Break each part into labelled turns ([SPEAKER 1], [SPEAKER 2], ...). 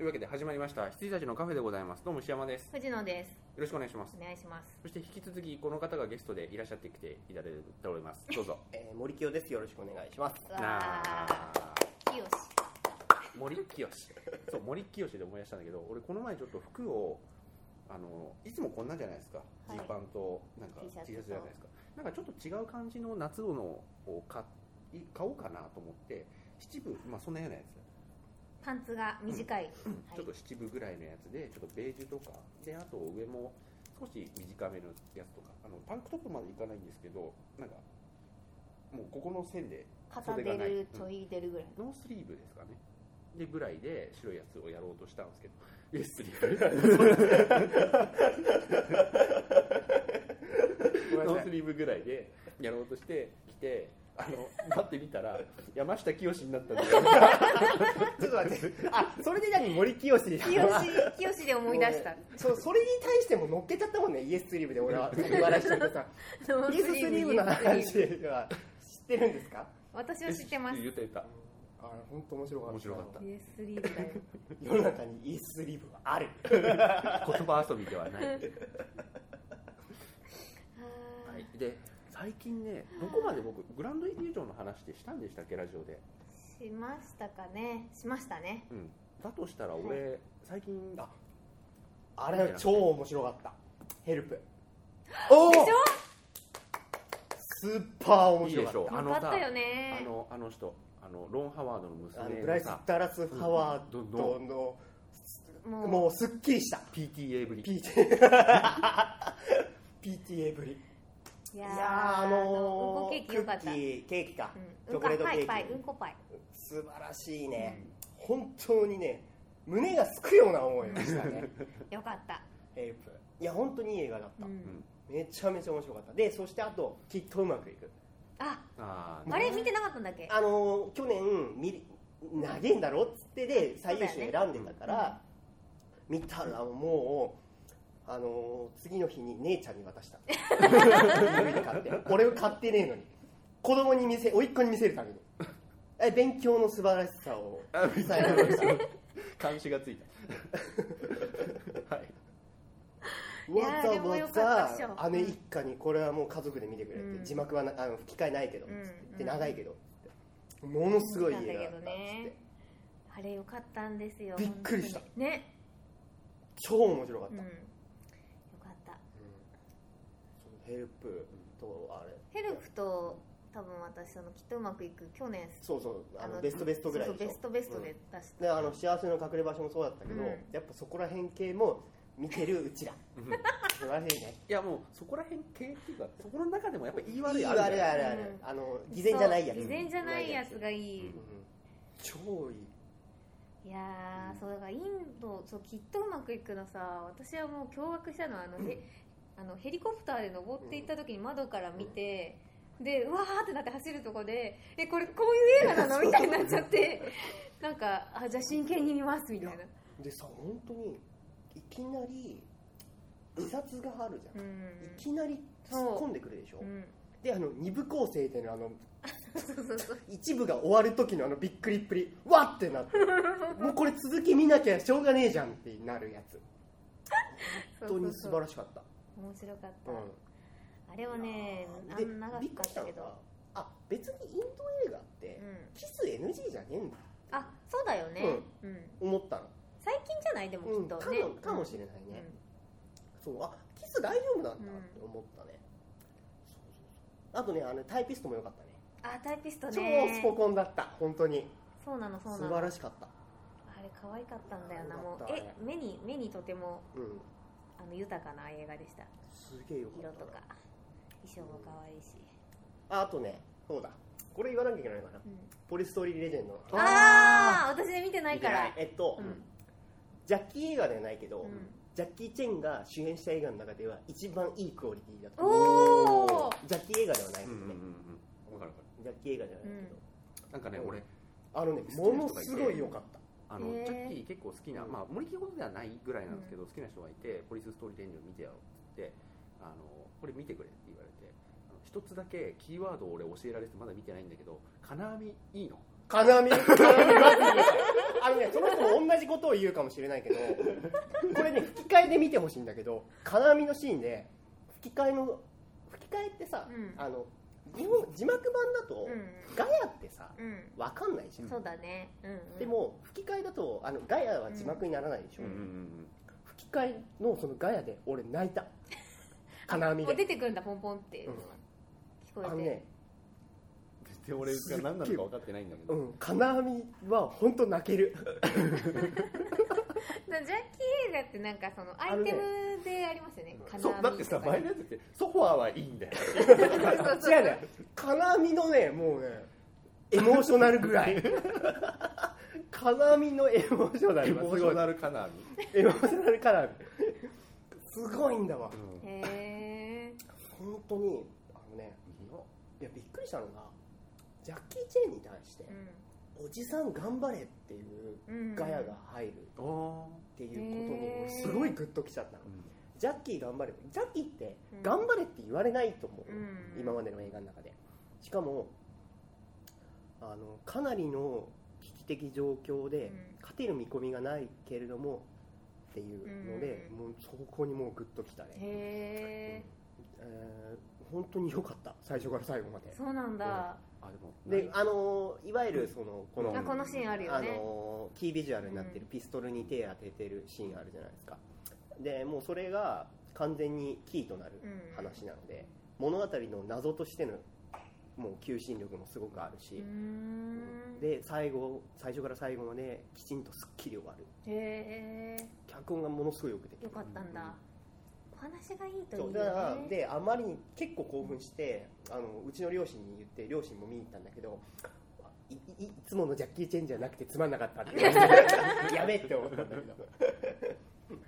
[SPEAKER 1] いうわけで始まりました羊たちのカフェでございますどうも石山ですよ
[SPEAKER 2] 藤野です。
[SPEAKER 1] ろしくお願いします
[SPEAKER 2] お願いします。
[SPEAKER 1] そして引き続きこの方がゲストでいらっしゃってきていただいておりますどう ぞ
[SPEAKER 3] えー、森清です。よろしくお願いします。
[SPEAKER 1] なあ
[SPEAKER 2] きよし。
[SPEAKER 1] 森清そう森清で思い出したんだけど俺この前ちょっと服をあのいつもこんなんじゃないですか
[SPEAKER 2] は
[SPEAKER 1] ジ
[SPEAKER 2] い
[SPEAKER 1] ー、パンとなんか
[SPEAKER 2] T シャツと
[SPEAKER 1] T シャツじゃないですかなんかちょっと違う感じの夏のを買い買おうかなと思って七分まあそんなようなやつ
[SPEAKER 2] パンツが短い。はい
[SPEAKER 1] ちょっと七分ぐらいのやつで、ちょっとベージュとか、で、あと上も少し短めのやつとか、あのタンクトップまでいかないんですけど、なんか、もうここの線で、
[SPEAKER 2] 肩出る、ちょい出るぐらい。
[SPEAKER 1] ノースリーブですかね。で、ぐらいで白いやつをやろうとしたんですけど、イエスリーブ
[SPEAKER 3] ごめん な
[SPEAKER 1] ノ
[SPEAKER 3] さ
[SPEAKER 1] ース
[SPEAKER 3] い。
[SPEAKER 1] リーブぐらいでやろうとして、来て、あの、待ってみたら、山下清になったんですよ。
[SPEAKER 3] ちょっと待って。あ、それで何森清し。
[SPEAKER 2] きよし、きよしで思い出した。
[SPEAKER 3] そう、それに対しても乗っけちゃったもんね。イエススリーブで俺は笑いしてくさ。
[SPEAKER 2] ノ
[SPEAKER 3] イエススリーブの話は知ってるんですか？
[SPEAKER 2] 私は知ってます。イ
[SPEAKER 1] 言ってた。
[SPEAKER 3] あ、本当面白かった。
[SPEAKER 1] 面白かった
[SPEAKER 2] エススリーブだよ。
[SPEAKER 3] 世の中にイエススリーブはある。
[SPEAKER 1] 言葉遊びではない。
[SPEAKER 2] は
[SPEAKER 1] は
[SPEAKER 2] ー
[SPEAKER 1] い、で最近ねどこまで僕グランドイリュージョンの話でしたんでしたっけラジオで、
[SPEAKER 2] しましたかね。しましたね。
[SPEAKER 1] うん、だとしたら俺、最近あ
[SPEAKER 3] あれ超面白かった。ヘルプ。おお
[SPEAKER 2] でし。ょ
[SPEAKER 3] スーパー面
[SPEAKER 1] いいで
[SPEAKER 3] 白
[SPEAKER 1] し
[SPEAKER 3] かっ
[SPEAKER 1] ょうあ
[SPEAKER 2] よ
[SPEAKER 1] の
[SPEAKER 2] かっ
[SPEAKER 1] さ
[SPEAKER 2] たよ
[SPEAKER 1] あ
[SPEAKER 2] ね。
[SPEAKER 1] のあの人あのロン・ハワードの
[SPEAKER 3] た。あ
[SPEAKER 1] 娘
[SPEAKER 3] の
[SPEAKER 1] の
[SPEAKER 3] ブライス
[SPEAKER 1] さ
[SPEAKER 3] ダラスハワード
[SPEAKER 1] うん
[SPEAKER 3] のも
[SPEAKER 2] も
[SPEAKER 3] うすっきりした。
[SPEAKER 1] PTA ぶり
[SPEAKER 3] PTA PTA ぶ
[SPEAKER 2] う、
[SPEAKER 3] り。
[SPEAKER 2] い
[SPEAKER 3] い
[SPEAKER 2] や
[SPEAKER 3] や
[SPEAKER 2] ー、
[SPEAKER 3] ーあのー、
[SPEAKER 2] うんこケーキよかった。
[SPEAKER 3] ク
[SPEAKER 2] う
[SPEAKER 3] ッ
[SPEAKER 2] ん
[SPEAKER 3] キーケーキか、
[SPEAKER 2] う
[SPEAKER 3] チョ
[SPEAKER 2] ん
[SPEAKER 3] コ
[SPEAKER 2] か
[SPEAKER 3] レートケ
[SPEAKER 2] パ
[SPEAKER 3] ーキ
[SPEAKER 2] イ、パイ、うんこパイ。
[SPEAKER 3] 素晴らしいね、本当にね胸がすくような思いを したね
[SPEAKER 2] よかった。
[SPEAKER 3] ヘルプいや本当にいい映画だった、
[SPEAKER 2] うん
[SPEAKER 3] めちゃめちゃ面白かったでそしてあときっとうまくいく
[SPEAKER 2] あ、
[SPEAKER 1] あー
[SPEAKER 2] あれ見てなかったんだっけ
[SPEAKER 3] あのー去年見り長えんだろっつってで最優秀選んでたから見たらもうあのー次の日に姉ちゃんに渡した俺買って俺買ってねえのに子供に見せ甥っ子に見せるためにえ勉強の素晴らしさを
[SPEAKER 1] あ
[SPEAKER 3] 伝えられました
[SPEAKER 1] 監視がついた はい
[SPEAKER 2] やーでもよか
[SPEAKER 3] わ
[SPEAKER 2] っ
[SPEAKER 3] ざ
[SPEAKER 2] た
[SPEAKER 3] わ
[SPEAKER 2] っしょ
[SPEAKER 3] ざ姉一家にこれはもう家族で見てくれって、
[SPEAKER 2] うん
[SPEAKER 3] 字幕はなあの吹き替えないけど、
[SPEAKER 2] うん
[SPEAKER 3] で長いけどってものすごい映画だったっ
[SPEAKER 2] な
[SPEAKER 3] つっ
[SPEAKER 2] んだけどね
[SPEAKER 3] て
[SPEAKER 2] あれよかったんですよ。
[SPEAKER 3] びっくりした
[SPEAKER 2] 本当にね。
[SPEAKER 3] 超面白かっ
[SPEAKER 2] う
[SPEAKER 3] た、
[SPEAKER 2] ん。よかった。
[SPEAKER 3] ヘルプとあれ
[SPEAKER 2] ヘルプと多分私そのきっとうまくいく去年
[SPEAKER 3] そうそうあのベストベストぐらいでしょ
[SPEAKER 2] そうそうベストベストで出した、
[SPEAKER 3] であの幸せの隠れ場所もそうだったけど、
[SPEAKER 2] うん
[SPEAKER 3] やっぱそこら辺系も見てるうちら
[SPEAKER 1] うん
[SPEAKER 3] 素晴らしいね
[SPEAKER 1] いやもうそこら辺系っていうかそこの中でもやっぱ言い悪い
[SPEAKER 3] いい
[SPEAKER 1] あ
[SPEAKER 3] あ
[SPEAKER 1] る
[SPEAKER 3] る
[SPEAKER 1] じゃ
[SPEAKER 3] あ
[SPEAKER 1] ない
[SPEAKER 3] るあるある、
[SPEAKER 2] う
[SPEAKER 3] あの偽善じゃないやつ
[SPEAKER 2] そう偽善じゃないやつがいい、
[SPEAKER 3] うん超いい
[SPEAKER 2] いやー、
[SPEAKER 1] うん
[SPEAKER 2] そうだからインドそうきっとうまくいくのさ私はもう驚愕したのはあの、へあのヘリコプターで登っていった時に窓から見て、でうわーってなって走るとこでえこれこういう映画なのみたいになっちゃってなんかあじゃあ真剣に見ますみたいな
[SPEAKER 3] でさ本当にいきなり自殺があるじゃん、
[SPEAKER 2] う
[SPEAKER 3] い
[SPEAKER 2] ん
[SPEAKER 3] きなり突っ込んでくるでしょ、
[SPEAKER 2] うん
[SPEAKER 3] であの二部構成っていうのはあの
[SPEAKER 2] そうそうそう
[SPEAKER 3] 一部が終わる時のあのびっくりっぷりわって なってもうこれ続き見なきゃしょうがねえじゃんってなるやつ
[SPEAKER 2] そう
[SPEAKER 3] 本当に
[SPEAKER 2] そ
[SPEAKER 3] 素
[SPEAKER 2] う
[SPEAKER 3] 晴らしかった
[SPEAKER 2] そう面白かった、
[SPEAKER 3] うん
[SPEAKER 2] あれはねあ
[SPEAKER 3] で
[SPEAKER 2] ん長か
[SPEAKER 3] びっくりし
[SPEAKER 2] ったた
[SPEAKER 3] の
[SPEAKER 2] けど
[SPEAKER 3] があ別にインド映画って、
[SPEAKER 2] うん、
[SPEAKER 3] キス NG じゃねえんだ
[SPEAKER 2] あそうだよね、うん
[SPEAKER 3] 思ったの、
[SPEAKER 2] 最近じゃないでもき
[SPEAKER 3] うん
[SPEAKER 2] っ
[SPEAKER 3] か
[SPEAKER 2] と
[SPEAKER 3] も
[SPEAKER 2] ね、
[SPEAKER 3] かもしれないね、そうあキス大丈夫なんだって思ったね、あとねあのタイピストも良かったね
[SPEAKER 2] うんあタイピスト
[SPEAKER 3] 超
[SPEAKER 2] ね
[SPEAKER 3] スポコンだった本当に
[SPEAKER 2] そうなのそう
[SPEAKER 3] 素
[SPEAKER 2] な
[SPEAKER 3] 晴
[SPEAKER 2] の
[SPEAKER 3] らしかった
[SPEAKER 2] あれ可愛かったんだよな
[SPEAKER 3] 可
[SPEAKER 2] も
[SPEAKER 3] 愛
[SPEAKER 2] う
[SPEAKER 3] かっ
[SPEAKER 2] え
[SPEAKER 3] た
[SPEAKER 2] 目に目にとても
[SPEAKER 3] うん
[SPEAKER 2] あの豊かな映画でした
[SPEAKER 3] すげえよかった
[SPEAKER 2] 色
[SPEAKER 3] な
[SPEAKER 2] とか衣装も可愛いし、
[SPEAKER 3] ああとねそうだこれ言わなきゃいけないかな
[SPEAKER 2] うん
[SPEAKER 3] ポリストーリーレジェンド
[SPEAKER 1] あー
[SPEAKER 2] ああ私ね見てないから
[SPEAKER 3] えっと、
[SPEAKER 2] うん
[SPEAKER 3] ジャッキー映画ではないけど、
[SPEAKER 2] うん
[SPEAKER 3] ジャッキー・チェンが主演した映画の中では一番いいクオリティだと
[SPEAKER 2] おー
[SPEAKER 3] ジャッキー映画ではないけ
[SPEAKER 1] う
[SPEAKER 3] ど
[SPEAKER 1] んうんうん
[SPEAKER 3] ね、
[SPEAKER 1] うんわかるわか
[SPEAKER 3] ジャッキー映画じゃないけど、
[SPEAKER 1] るなんかね
[SPEAKER 3] うん
[SPEAKER 1] 俺
[SPEAKER 3] あのねものすごい良かった
[SPEAKER 1] あの
[SPEAKER 2] へー
[SPEAKER 1] ジャッキー結構好きな、
[SPEAKER 3] うん
[SPEAKER 1] まあ、森木ほどではないぐらいなんですけど、好きな人がいて「ポリスストーリー伝授見てやろう」って言ってあの「これ見てくれ」って言われてあの一つだけキーワードを俺教えられてまだ見てないんだけど「金網いいの?」
[SPEAKER 3] 金網金網バッグみたいなあのねその人も同じことを言うかもしれないけどこれね吹き替えで見てほしいんだけど金網のシーンで吹き替えの吹き替えってさ、
[SPEAKER 2] うん
[SPEAKER 3] あの日本字幕版だと、
[SPEAKER 2] う
[SPEAKER 3] ガヤってさ
[SPEAKER 2] んうん
[SPEAKER 3] わかんないじゃん、
[SPEAKER 2] そうだねうんうん
[SPEAKER 3] でも吹き替えだとあのガヤは字幕にならないでしょ、
[SPEAKER 1] うんうんうん
[SPEAKER 3] 吹き替えのそのガヤで俺泣いた金網
[SPEAKER 2] もう出
[SPEAKER 3] で
[SPEAKER 2] てくるんだポンポンっていうのが聞こ
[SPEAKER 3] あの
[SPEAKER 2] えて
[SPEAKER 3] ね、
[SPEAKER 1] 全然俺が何なのか分かってないんだけ
[SPEAKER 3] う
[SPEAKER 1] ど、
[SPEAKER 3] ん、金網は本当泣ける
[SPEAKER 2] ジャッキー映画ってなんかそのアイテムでありますよね金
[SPEAKER 1] そうだってさ前のやつってソファーはいいんだよ
[SPEAKER 3] 違うね金網のねもうねエモーショナル ぐらい金網のエモーショナ
[SPEAKER 1] エ
[SPEAKER 3] ルは
[SPEAKER 1] モ
[SPEAKER 3] す
[SPEAKER 1] ーシ
[SPEAKER 3] ご
[SPEAKER 1] ョ
[SPEAKER 3] い
[SPEAKER 1] ナルかな
[SPEAKER 3] エモーショナル金網すごいんだわ
[SPEAKER 1] うん
[SPEAKER 2] へえ
[SPEAKER 3] 本当にあのねいやびっくりしたのがジャッキー・チェーンに対して「おじさん頑張れ」っていうガヤが入る
[SPEAKER 1] あー
[SPEAKER 3] っていうこ
[SPEAKER 2] へ
[SPEAKER 3] とに
[SPEAKER 2] ー
[SPEAKER 3] 俺すごいグッときちゃったの
[SPEAKER 1] うん
[SPEAKER 3] ジャッキー頑張れジャッキーって
[SPEAKER 2] うん
[SPEAKER 3] 頑張れって言われないと思う、
[SPEAKER 2] うん
[SPEAKER 3] 今までの映画の中でしかもあのかなりの危機的状況で、
[SPEAKER 2] うん
[SPEAKER 3] 勝てる見込みがないけれどもっていうので、
[SPEAKER 2] うん
[SPEAKER 3] もうそこにもうグッときたね、
[SPEAKER 2] へえ
[SPEAKER 3] えー本当に良かった最初から最後まで
[SPEAKER 2] そうなんだ
[SPEAKER 1] あでも
[SPEAKER 3] であのーいわゆるそのこの、
[SPEAKER 1] うん
[SPEAKER 2] あこのシーンあるよ
[SPEAKER 3] あ
[SPEAKER 2] ね
[SPEAKER 3] のーキービジュアルになってるピストルに手当ててるシーンあるじゃないですかでもうそれが完全にキーとなる
[SPEAKER 2] うん
[SPEAKER 3] 話なので、物語の謎としてのもう求心力もすごくある
[SPEAKER 2] う
[SPEAKER 3] し
[SPEAKER 2] ー、んへ
[SPEAKER 3] で最後最初から最後まできちんとすっきり終わる
[SPEAKER 2] え
[SPEAKER 3] 脚本がものすごいよくできて
[SPEAKER 2] よ
[SPEAKER 3] る
[SPEAKER 2] かったんだお話がいいとい
[SPEAKER 3] そうう
[SPEAKER 2] ね
[SPEAKER 3] だからであまりに結構興奮してあのうちの両親に言って両親も見に行ったんだけどいいいつものジャッキー・チェンじゃなくてつまんなかったって 言われてやべえって思ったんだけど
[SPEAKER 2] そっ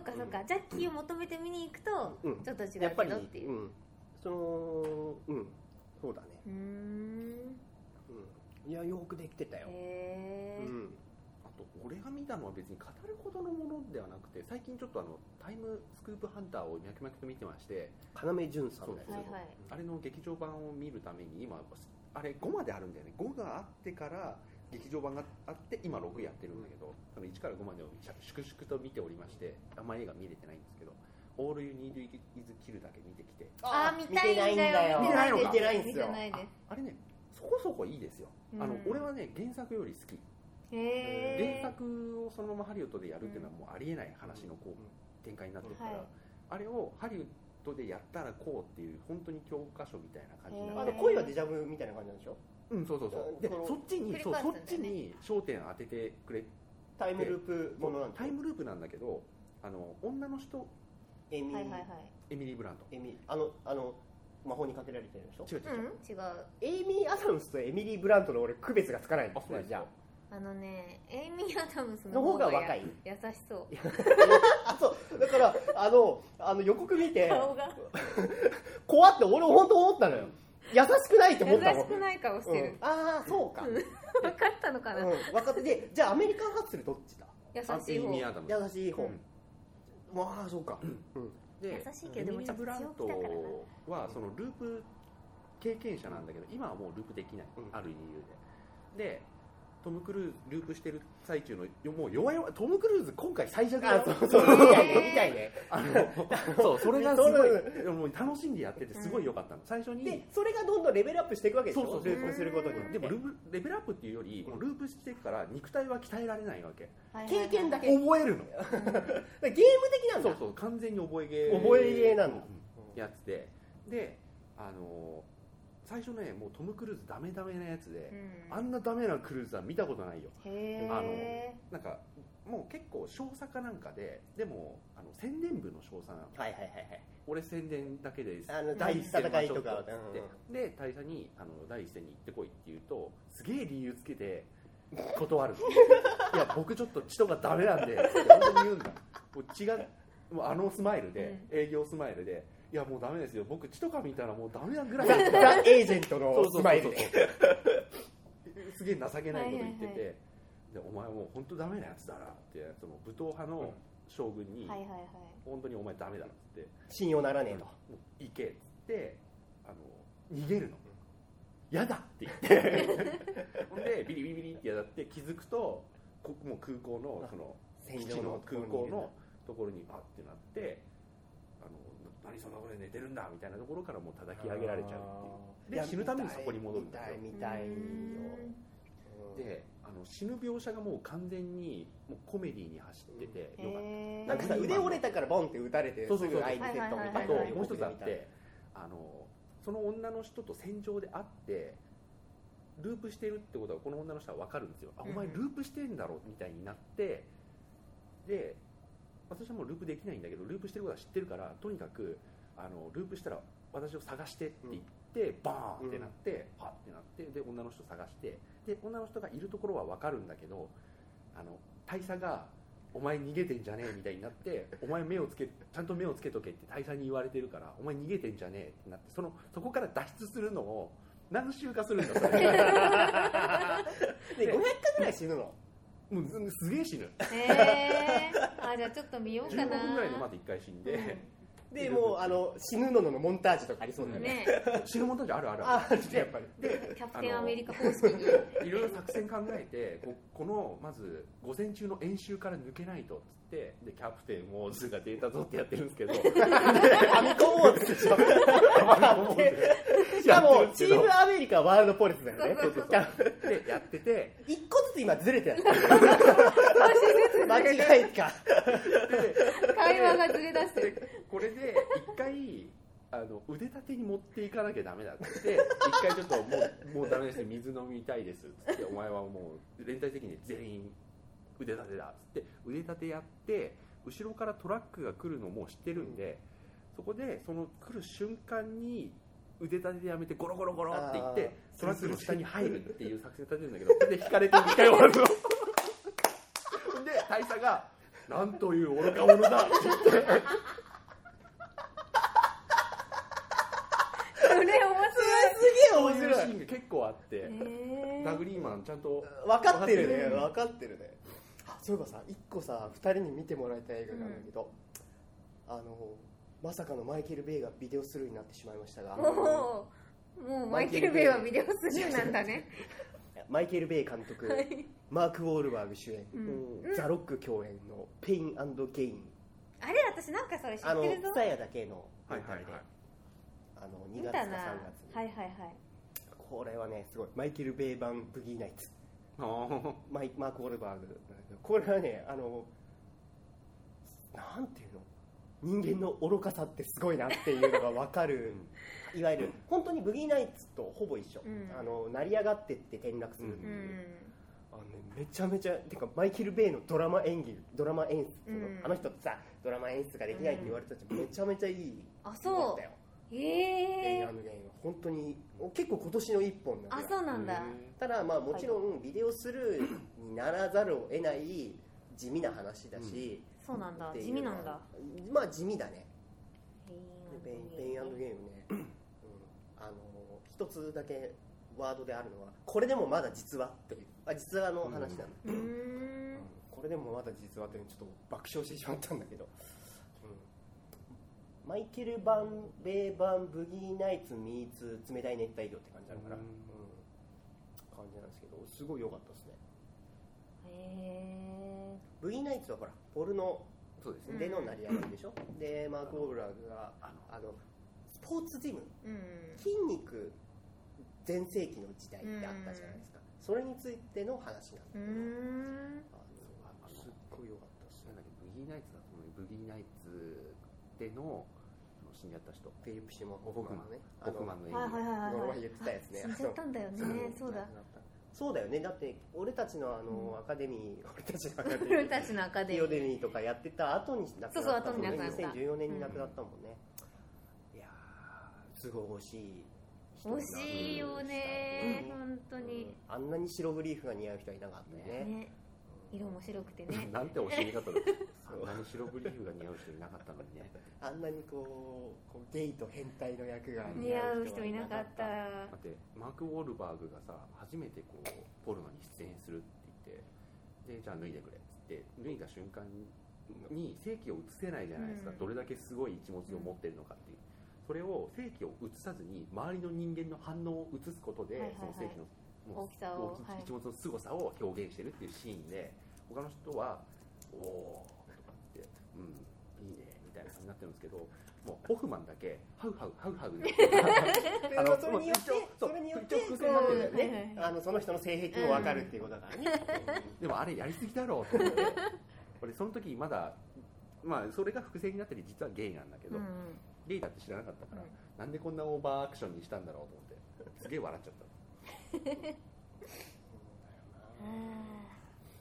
[SPEAKER 2] かそっかジャッキーを求めて見に行くと
[SPEAKER 3] うん
[SPEAKER 2] ちょっと違う
[SPEAKER 3] やっぱ
[SPEAKER 2] け
[SPEAKER 3] り、、
[SPEAKER 2] どっていううん
[SPEAKER 3] そのうんそうだね、
[SPEAKER 2] うーん
[SPEAKER 3] うん、いやよくできてたよ、
[SPEAKER 2] へえ
[SPEAKER 3] うん、
[SPEAKER 1] あと俺が見たのは別に語るほどのものではなくて最近ちょっとあのタイムスクープハンターを脈々と見てまして
[SPEAKER 3] 要潤さんのや
[SPEAKER 1] そう
[SPEAKER 2] はいはい
[SPEAKER 1] あれの劇場版を見るために今あれ5まであるんだよね5があってから劇場版があって今6やってるんだけど多分1から5までを粛々と見ておりましてあんま映画見れてないんですけど「オール・ユニード・イズ・キル」だけ見てきて
[SPEAKER 2] あー見たいんだよ
[SPEAKER 1] 見てないのか
[SPEAKER 3] 見てないんですよ
[SPEAKER 2] 見てないで
[SPEAKER 1] ああれねそこそこいいですよ、あの
[SPEAKER 2] うん
[SPEAKER 1] 俺はね原作より好き
[SPEAKER 2] す
[SPEAKER 1] 原
[SPEAKER 2] へえ
[SPEAKER 1] 作をそのままハリウッドでやるっていうのはもうありえない話のこう展開になってるから、
[SPEAKER 2] はい
[SPEAKER 1] あれをハリウッドでやったらこうっていう本当に教科書みたいな感じに
[SPEAKER 2] へ
[SPEAKER 1] な
[SPEAKER 2] ー
[SPEAKER 3] あ
[SPEAKER 1] っ
[SPEAKER 3] の
[SPEAKER 1] て、
[SPEAKER 3] 恋はデジャブみたいな感じなんでしょ
[SPEAKER 1] うん、そうそうそうで
[SPEAKER 3] この
[SPEAKER 1] そっちに、
[SPEAKER 2] 繰り返す
[SPEAKER 1] そ
[SPEAKER 2] ん
[SPEAKER 1] う
[SPEAKER 2] だよ
[SPEAKER 1] そ
[SPEAKER 2] ね
[SPEAKER 1] っちに焦点当ててくれ
[SPEAKER 3] タイムループものなんでしょ
[SPEAKER 1] タイムループなんだけどあの女の人
[SPEAKER 3] エミ、
[SPEAKER 2] はいはいはい
[SPEAKER 1] エミリー・ブラント
[SPEAKER 3] エミあのあの魔法にかけられてるでしょ
[SPEAKER 1] 違う違う違う、
[SPEAKER 2] うん違う
[SPEAKER 3] エイミー・アダムスとエミリー・ブラントの俺区別がつかないん
[SPEAKER 1] あ
[SPEAKER 3] で
[SPEAKER 1] そ
[SPEAKER 3] す
[SPEAKER 1] う
[SPEAKER 3] よ
[SPEAKER 1] です
[SPEAKER 3] じゃ
[SPEAKER 1] よ
[SPEAKER 2] あのねエイミー・アダムス
[SPEAKER 3] あ
[SPEAKER 2] の
[SPEAKER 3] の
[SPEAKER 2] 方
[SPEAKER 3] 方が
[SPEAKER 2] が
[SPEAKER 3] 若い
[SPEAKER 2] や優しそう
[SPEAKER 3] あそうだからあのあの予告見て
[SPEAKER 2] 顔が
[SPEAKER 3] 怖って俺本当思ったのよ優しくないって
[SPEAKER 2] 優
[SPEAKER 3] 思ったも
[SPEAKER 2] し
[SPEAKER 3] ん
[SPEAKER 2] くない顔して
[SPEAKER 3] うん
[SPEAKER 2] る、
[SPEAKER 3] ああそうか、うん、
[SPEAKER 2] 分かったのかな、
[SPEAKER 3] 分かってでじゃあアメリカンハッスルどっちだ
[SPEAKER 2] 優
[SPEAKER 1] あ
[SPEAKER 2] しい
[SPEAKER 1] エ
[SPEAKER 2] 方
[SPEAKER 1] ミリー・
[SPEAKER 2] 優
[SPEAKER 1] アダムス
[SPEAKER 3] 優しい方、
[SPEAKER 1] うん
[SPEAKER 3] まああそうか、うん
[SPEAKER 1] で
[SPEAKER 2] しいけど
[SPEAKER 1] エ
[SPEAKER 2] で
[SPEAKER 1] ミ
[SPEAKER 2] も
[SPEAKER 1] リ
[SPEAKER 2] ち
[SPEAKER 1] ー・
[SPEAKER 2] ょっと
[SPEAKER 1] ブラ
[SPEAKER 2] 強
[SPEAKER 1] ン
[SPEAKER 2] 気だからな
[SPEAKER 1] トはそのループ経験者なんだけど今はもうループできない、
[SPEAKER 3] うん
[SPEAKER 1] ある理由ででトム・クルーズループしてる最中のよもう弱々トム・クルーズ今回最弱だ
[SPEAKER 3] あ
[SPEAKER 1] よ
[SPEAKER 3] そうそうみたいねみたいね
[SPEAKER 1] あ のそうそれがすご
[SPEAKER 3] そう
[SPEAKER 1] いもう楽しんでやっててすごい良かったの最初
[SPEAKER 3] で
[SPEAKER 1] に
[SPEAKER 3] それがどんどんレベルアップしていくわけでしょ
[SPEAKER 1] そうそう
[SPEAKER 3] ループすることによって
[SPEAKER 1] でもループレベルアップっていうより
[SPEAKER 3] うん
[SPEAKER 1] ループしてから肉体は鍛えられないわけ
[SPEAKER 2] はいはいは
[SPEAKER 3] 経
[SPEAKER 2] い
[SPEAKER 3] 験だけだか
[SPEAKER 1] 覚え るの
[SPEAKER 3] らゲーム的なん
[SPEAKER 1] そ
[SPEAKER 3] だ
[SPEAKER 1] うそう完全に覚えゲー
[SPEAKER 3] 覚えゲーなんだ
[SPEAKER 1] うんやつでであのー最初ねもうトム・クルーズダメダメなやつ
[SPEAKER 2] う
[SPEAKER 1] で
[SPEAKER 2] ん
[SPEAKER 1] あんなダメなクルーズは見たことないよ
[SPEAKER 2] へ
[SPEAKER 1] あの
[SPEAKER 2] え
[SPEAKER 1] なんかもう結構少佐かなんかででもあの宣伝部の少佐なの
[SPEAKER 3] はいはいはいはい
[SPEAKER 1] 俺宣伝だけです
[SPEAKER 3] あの
[SPEAKER 1] 第
[SPEAKER 3] 第一
[SPEAKER 1] 一戦
[SPEAKER 3] 戦いとか
[SPEAKER 1] はちょっつってで大佐にあの第一戦に行ってこいって言うとすげえ理由つけて断るいや僕ちょっと血とかダメなんでって本当に言うんだもう血がもうあのスマイルで、営業スマイルでいやもうダメですよ僕血とか見たらもうダメなぐらい
[SPEAKER 3] ザ・ザエージェント
[SPEAKER 1] そう
[SPEAKER 3] の
[SPEAKER 1] そ
[SPEAKER 3] ス
[SPEAKER 1] うそ
[SPEAKER 3] マ
[SPEAKER 1] う
[SPEAKER 3] イルで
[SPEAKER 1] そう すげえ情けないこと言ってて、
[SPEAKER 2] はいはいは
[SPEAKER 1] でお前もう本当ダメなやつだなってその武闘派の将軍に、
[SPEAKER 2] はいはいはい
[SPEAKER 1] 本当にお前ダメだなって
[SPEAKER 3] 信用ならねえと
[SPEAKER 1] もう行けっつってあの逃げるの、嫌だって言って ほんでビリビリビリってやだって気づくとこもう空港のその基地の空港のところにバッてなってあの何そんなことで寝てるんだみたいなところからもう叩き上げられちゃうっていうで死ぬためにそこに戻るん
[SPEAKER 3] み
[SPEAKER 1] だ
[SPEAKER 3] たい
[SPEAKER 1] よ
[SPEAKER 3] みたいようん
[SPEAKER 1] であの死ぬ描写がもう完全にもうコメディーに走っててよかった
[SPEAKER 2] へー
[SPEAKER 3] なんかさ腕折れたからボンって打たれて
[SPEAKER 1] そう
[SPEAKER 3] す
[SPEAKER 1] そうそう
[SPEAKER 3] ぐ相手セットみ
[SPEAKER 1] あ
[SPEAKER 3] たい
[SPEAKER 1] と
[SPEAKER 3] な
[SPEAKER 2] はいはいはい
[SPEAKER 1] もう一つあってあのその女の人と戦場で会ってループしてるってことはこの女の人は分かるんですよあ
[SPEAKER 2] う
[SPEAKER 1] お
[SPEAKER 2] ん
[SPEAKER 1] 前ループしてんだろみたいになってで私はもうループできないんだけどループしてることは知ってるからとにかくあのループしたら私を探してって言って、バーンってなって、はっってなってで女の人探してで女の人がいるところは分かるんだけどあの大佐が「お前逃げてんじゃねえ」みたいになって「お前目をつけちゃんと目をつけとけ」って大佐に言われてるから「お前逃げてんじゃねえ」ってなってそのそこから脱出するのを何周かするんだそれ
[SPEAKER 3] で500回ぐらい死ぬの
[SPEAKER 1] もうずすげえ死ぬ
[SPEAKER 2] えー、 あじゃあちょっと見ようか
[SPEAKER 1] 15
[SPEAKER 2] な
[SPEAKER 1] 分ぐらいでまず1回死んで、
[SPEAKER 3] でもうあの死ぬののモンタージュとかありそう
[SPEAKER 2] う
[SPEAKER 3] だよ
[SPEAKER 2] んね
[SPEAKER 3] ね
[SPEAKER 1] 死ぬもんたちあるある
[SPEAKER 3] ああじゃあやっぱり
[SPEAKER 2] キャプテンアメリカ方式にう
[SPEAKER 1] いろいろ作戦考えてここのまず午前中の演習から抜けないとっつってでキャプテンモーズがデータ取ってやってるんですけど
[SPEAKER 3] アメコモーズでしょしかもチームアメリカはワールドポリスだよね
[SPEAKER 2] そうそう
[SPEAKER 1] でやってて
[SPEAKER 3] 一個ずつ今ずれてる間違いか
[SPEAKER 2] 会話がずれ出 してる
[SPEAKER 1] でこれで一回あの腕立てに持っていかなきゃダメだって言って一回ちょっともうもうダメです水飲みたいですっつってお前はもう連帯責任で全員腕立てだっつって腕立てやって後ろからトラックが来るのも知ってるんで、そこでその来る瞬間に腕立てでやめてゴロゴロゴロって言っ
[SPEAKER 3] あ
[SPEAKER 1] て
[SPEAKER 3] ー
[SPEAKER 1] トラックの下に入るっていう作戦立てるんだけどこれで引かれて2回終わ るので大佐が「なんという愚か者だ」って言って
[SPEAKER 2] それ面
[SPEAKER 3] すげえ
[SPEAKER 1] そう
[SPEAKER 3] 面
[SPEAKER 1] いうシ
[SPEAKER 3] 白
[SPEAKER 1] ー
[SPEAKER 3] い
[SPEAKER 1] ンが結構あって、
[SPEAKER 2] 白い
[SPEAKER 1] ダグリーマンちゃんと
[SPEAKER 3] 分かってるね
[SPEAKER 1] 分
[SPEAKER 3] 分かってるねあそういえばさ一個さ2人に見てもらいたい映画があるんだけど、あのまさかのマイケル・ベイがビデオスルーになってしまいましたが
[SPEAKER 2] もうもうマイケル・ベイはビデオスルーなんだね
[SPEAKER 3] マイケル・ベイ監督、
[SPEAKER 2] はい
[SPEAKER 3] マーク・ウォールバーグ主演、
[SPEAKER 2] うん
[SPEAKER 3] ザ・ロック共演の「ペインゲイン
[SPEAKER 2] あれ私なんかそれ」知
[SPEAKER 3] あ
[SPEAKER 2] っ
[SPEAKER 3] の
[SPEAKER 2] てるぞ
[SPEAKER 3] 蔦屋だけの
[SPEAKER 1] は
[SPEAKER 3] 舞
[SPEAKER 1] いはい
[SPEAKER 3] 台で、
[SPEAKER 1] はい
[SPEAKER 3] あの
[SPEAKER 2] 見
[SPEAKER 3] 2月か
[SPEAKER 2] た
[SPEAKER 3] 3
[SPEAKER 2] なは
[SPEAKER 3] 月
[SPEAKER 2] いはいはい
[SPEAKER 3] これはねすごいマイケル・ベイ版ブギーナイツ
[SPEAKER 1] あー
[SPEAKER 3] マイマーク・ウォルバーグこれはねあのなんていうの人間の愚かさってすごいなっていうのが分かる いわゆる本当にブギーナイツとほぼ一緒、
[SPEAKER 2] うん
[SPEAKER 3] あの成り上がってって転落するって
[SPEAKER 2] う
[SPEAKER 3] いう、
[SPEAKER 2] ん
[SPEAKER 3] あのね、めちゃめちゃてかマイケル・ベイのドラマ演技ドラマ演出の、
[SPEAKER 2] うん
[SPEAKER 3] あの人ってさドラマ演出ができないって言われてたち、めちゃめちゃいい
[SPEAKER 2] あ
[SPEAKER 3] 人だっ
[SPEAKER 2] そ
[SPEAKER 3] たよ
[SPEAKER 2] う
[SPEAKER 3] 映
[SPEAKER 2] へえ
[SPEAKER 3] 画の原因は本当に結構今年の一本なんだ
[SPEAKER 2] あ
[SPEAKER 3] よ
[SPEAKER 2] そうなんだ
[SPEAKER 3] ただまあもちろんビデオスルーにならざるを得ない地味な話だし、
[SPEAKER 2] そうなんだ
[SPEAKER 3] っていう
[SPEAKER 2] 地味なんだ
[SPEAKER 3] まあ地味だね
[SPEAKER 2] へー
[SPEAKER 3] ペインペインゲームね、うん、あの一つだけワードであるのはこれでもまだ実話っていうあ実話の話なんだ、
[SPEAKER 2] うーん
[SPEAKER 3] うんこれでもまだ実話というのちょっと爆笑してしまったんだけど、マイケル・バンベイバンブギーナイツ・ミーツ冷たい熱帯魚って感じなのかな、
[SPEAKER 1] うん
[SPEAKER 3] うん感じなんですけどすごい良かったですね
[SPEAKER 2] へ
[SPEAKER 3] ブギーナイツはほらポルノ
[SPEAKER 1] そうですね
[SPEAKER 3] での成り上がりでしょ、でマーク・オブラーが
[SPEAKER 1] あ
[SPEAKER 3] あのスポーツジム
[SPEAKER 2] えうん
[SPEAKER 3] 筋肉全盛期の時代ってあったじゃないですか、それについての話なんだ
[SPEAKER 2] う
[SPEAKER 3] け
[SPEAKER 2] ー
[SPEAKER 3] ど、
[SPEAKER 2] ん
[SPEAKER 3] あのすっごい良かったです
[SPEAKER 1] なんだっ
[SPEAKER 3] ね
[SPEAKER 1] けブギーナイツだと思うブギーナイツでのあの死んじゃった人
[SPEAKER 3] フィリップ・シモン・ホ
[SPEAKER 1] ホフ
[SPEAKER 3] フ
[SPEAKER 1] マ
[SPEAKER 3] マ
[SPEAKER 1] ン
[SPEAKER 3] ンね
[SPEAKER 1] ホフマンの演
[SPEAKER 2] はいは
[SPEAKER 1] 技
[SPEAKER 2] いはいは
[SPEAKER 3] ノロはい言ってたやつね
[SPEAKER 2] あ死んじゃったんだよねそうだ
[SPEAKER 3] そうだよねだって俺たちのあ
[SPEAKER 2] う
[SPEAKER 3] のアカデミー、 俺たちのアカデミ
[SPEAKER 2] 俺
[SPEAKER 3] ー
[SPEAKER 2] た ちのアカデ
[SPEAKER 3] ピ
[SPEAKER 2] ミ
[SPEAKER 3] オ
[SPEAKER 2] ー
[SPEAKER 3] デミーとかやってた後に亡くなった
[SPEAKER 2] そうそう後に亡くなった
[SPEAKER 3] 2014年に亡くなったもんね、いやーすごい惜しい人だな
[SPEAKER 2] 惜しいよね本当に
[SPEAKER 3] うんあんなに白ブリーフが似合う人はいなかったよね
[SPEAKER 2] ね色も白くてね
[SPEAKER 1] なん てお尻方だそんなに白ブリーフが似合う人いなかったのにね、
[SPEAKER 3] あんなにこうこうゲイと変態の役が
[SPEAKER 2] 似合う人いなかった
[SPEAKER 1] だってマーク・ウォルバーグがさ初めてこうポルノに出演するって言ってでじゃあ脱いでくれってって脱いだ瞬間に正気を移せないじゃないですか、
[SPEAKER 2] うん
[SPEAKER 1] どれだけすごい一物を持ってるのかっていう、それを正規を移さずに周りの人間の反応を移すことで、
[SPEAKER 2] はいはいはい
[SPEAKER 1] その正規のもう
[SPEAKER 2] 大きさを
[SPEAKER 1] 大き
[SPEAKER 2] はい
[SPEAKER 1] 一物の凄さを表現してるっていうシーンで他の人は「おお」とかって「うんいいね」みたいな感じになってるんですけどもうホフマンだけ「ハウハウハウハウ」あの
[SPEAKER 3] それによって
[SPEAKER 1] そう
[SPEAKER 3] それによって
[SPEAKER 1] 一応風船になってるんだよね
[SPEAKER 2] はいはいはい
[SPEAKER 3] あのその人の性癖も分かるっていうことだからね、
[SPEAKER 1] でもあれやりすぎだろうと思って俺その時まだまあそれが複製になったり実はゲイなんだけ
[SPEAKER 2] う
[SPEAKER 1] ど、
[SPEAKER 2] ん
[SPEAKER 1] ゲイだって知らなかったから、
[SPEAKER 2] うん
[SPEAKER 1] なんでこんなオーバーアクションにしたんだろうと思ってすげえ笑っちゃった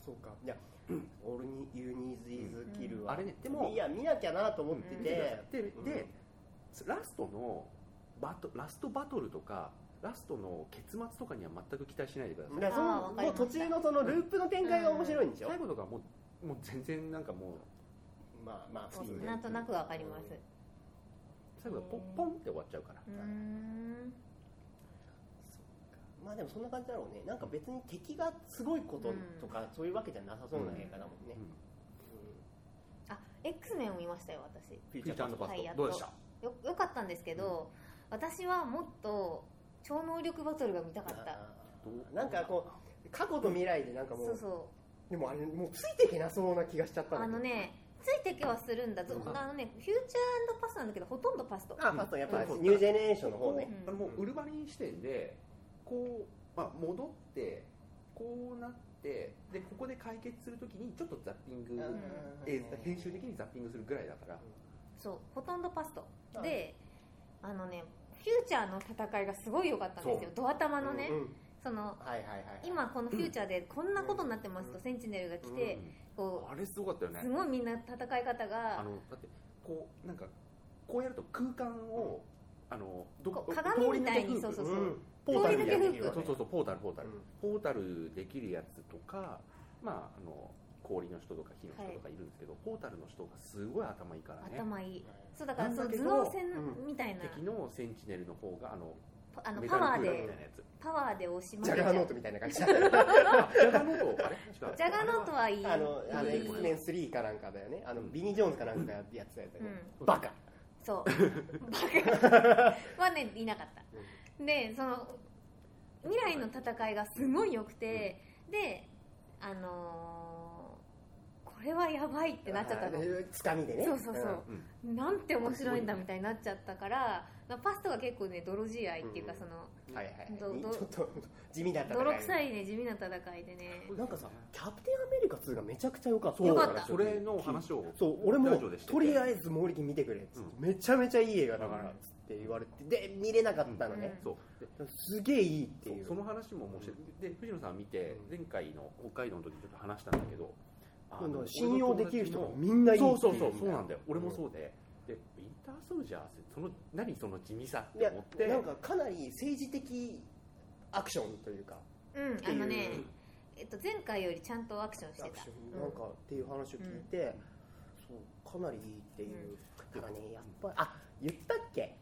[SPEAKER 3] そうかいや「オールにユニーズ・イズ・キル
[SPEAKER 1] あ
[SPEAKER 3] は」
[SPEAKER 1] れねで
[SPEAKER 3] で
[SPEAKER 1] も
[SPEAKER 3] もいや見なきゃなと思ってて、
[SPEAKER 1] で
[SPEAKER 3] うん
[SPEAKER 1] でラストのバトラストバトルとかラストの結末とかには全く期待しないでください、
[SPEAKER 3] だからそ
[SPEAKER 2] あー
[SPEAKER 3] の
[SPEAKER 2] わかりま
[SPEAKER 3] もう
[SPEAKER 2] した
[SPEAKER 3] 途中のそのループの展開が面白いんでしょ、
[SPEAKER 1] 最後とかもうもう全然なんかもう
[SPEAKER 3] まあまあ
[SPEAKER 2] そう
[SPEAKER 3] 普通
[SPEAKER 2] なんとなくわかります
[SPEAKER 1] 最後はポンポンって終わっちゃうから、
[SPEAKER 2] うーん
[SPEAKER 3] まあでもそんな感じだろうねなんか別に敵がすごいこととか、そういうわけじゃなさそうな映画だもんね、
[SPEAKER 1] う
[SPEAKER 2] あ X メンを見ましたよ私
[SPEAKER 1] ん、フューチャーパス
[SPEAKER 2] はいや
[SPEAKER 1] ト
[SPEAKER 2] っ
[SPEAKER 1] ど
[SPEAKER 2] と
[SPEAKER 1] うでした
[SPEAKER 2] よよかったんですけど、私はもっと超能力バトルが見たかった
[SPEAKER 3] あーなんかこう過去と未来でなんかもう
[SPEAKER 2] そうそう
[SPEAKER 3] でもあれもうついていけなそうな気がしちゃったんだ
[SPEAKER 2] あ
[SPEAKER 3] けど
[SPEAKER 2] のねついてけはするんだぞ、
[SPEAKER 1] うん
[SPEAKER 2] あのねフューチャーパスなんだけどほとんどパスト
[SPEAKER 3] あパストやっぱニュージェネレーションの方ね、
[SPEAKER 1] あのもうウルヴァリン視点でこう、まあ、戻ってこうなってでここで解決するときにちょっとザッピング、えー編集的にザッピングするぐらいだから、
[SPEAKER 2] そうほとんどパスト
[SPEAKER 3] あ
[SPEAKER 2] であのねフューチャーの戦いがすごい良かったんですよドア玉のね、
[SPEAKER 3] うんうん
[SPEAKER 2] その
[SPEAKER 3] はいはいはい
[SPEAKER 2] 今このフューチャーでこんなことになってますと、
[SPEAKER 3] うん
[SPEAKER 2] センチネルが来て、こ
[SPEAKER 1] あれすごかったよ
[SPEAKER 2] う
[SPEAKER 1] ね
[SPEAKER 2] すごいみんな戦い方
[SPEAKER 1] あ
[SPEAKER 2] が
[SPEAKER 1] のだってこうなんかこうやると空間を、あのど
[SPEAKER 2] こ
[SPEAKER 1] こ
[SPEAKER 2] う鏡みたいにそうそうそう、
[SPEAKER 3] うん
[SPEAKER 1] ポータルみたいな
[SPEAKER 2] 通り抜けフープ
[SPEAKER 1] そうそうそうポータルポータ
[SPEAKER 3] う
[SPEAKER 1] ル、
[SPEAKER 3] ん
[SPEAKER 1] ポータルできるやつとかまああの氷の人とか火の人とかいるんですけど、ポータルの人がすごい頭いいからね
[SPEAKER 2] 頭いいそうだから
[SPEAKER 1] な
[SPEAKER 2] その
[SPEAKER 1] んだけど
[SPEAKER 2] 頭脳戦
[SPEAKER 3] う
[SPEAKER 2] みたいな、
[SPEAKER 1] 敵のセンチネルの方があの
[SPEAKER 2] パあの
[SPEAKER 1] メ
[SPEAKER 2] パワ
[SPEAKER 1] タ
[SPEAKER 2] ー
[SPEAKER 1] ルクーラーみ
[SPEAKER 2] で
[SPEAKER 1] たいなやつ
[SPEAKER 2] パワーで押し負
[SPEAKER 3] ジャ
[SPEAKER 2] けち
[SPEAKER 3] ガ
[SPEAKER 2] ゃ
[SPEAKER 3] ーノー
[SPEAKER 2] う
[SPEAKER 3] トみたいな感じだった
[SPEAKER 1] あジャガーノートあれ違う
[SPEAKER 2] ジャガーノートはいい
[SPEAKER 3] あの
[SPEAKER 1] う
[SPEAKER 3] あの
[SPEAKER 1] ん
[SPEAKER 3] X メン3かなんかだよねあのビニー・ジョーンズかなんかやってやってたやつだ
[SPEAKER 2] う
[SPEAKER 3] よ
[SPEAKER 2] ん
[SPEAKER 3] ね、バカ
[SPEAKER 2] そうバ カはねいなかったでその未来の戦いがすごい良くて、であのーこれはやばいってなっちゃったの、
[SPEAKER 3] つかみでね
[SPEAKER 2] そうそうそう、
[SPEAKER 1] うん
[SPEAKER 2] なんて面白いんだみたいになっちゃったから、まあパストが結構ね泥仕合っていうか
[SPEAKER 3] うん
[SPEAKER 2] その、
[SPEAKER 3] うんはいはい
[SPEAKER 2] どど
[SPEAKER 3] ちょっと地味だった
[SPEAKER 2] 泥臭
[SPEAKER 3] い
[SPEAKER 2] いね地味な戦いでね
[SPEAKER 3] なんかさキャプテンアメリカ2がめちゃくちゃ良かった
[SPEAKER 2] 良かった
[SPEAKER 1] それの話を
[SPEAKER 3] そう俺も
[SPEAKER 1] ラジオでしてて
[SPEAKER 3] とりあえず毛力見てくれっつって、めちゃめちゃいい映画だからっつって言われてで見れなかったのね、
[SPEAKER 1] そうです
[SPEAKER 3] げえいいって
[SPEAKER 1] そう
[SPEAKER 3] いう
[SPEAKER 1] その話も面白い、で藤野さん見て前回の北海道の時にちょっと話したんだけどあ
[SPEAKER 3] なん
[SPEAKER 1] の
[SPEAKER 3] だ信用できる人が
[SPEAKER 1] 俺の友達の
[SPEAKER 3] みんないい
[SPEAKER 1] そうそうそうそうなん
[SPEAKER 3] だ
[SPEAKER 1] だよ俺もそうで、でウィンターソルジャーってその何その地味さっ
[SPEAKER 3] い
[SPEAKER 1] て
[SPEAKER 3] や
[SPEAKER 1] 思って
[SPEAKER 3] なんかかなり政治的アクションというか
[SPEAKER 2] うんあの
[SPEAKER 3] っ
[SPEAKER 2] ね
[SPEAKER 3] ていう、
[SPEAKER 2] えっと、前回よりちゃんとアクションして
[SPEAKER 3] ア
[SPEAKER 2] た
[SPEAKER 3] クションなんかっていう話を聞いて、そうかなりいいっていう、ただねやっぱりあ言ったっけ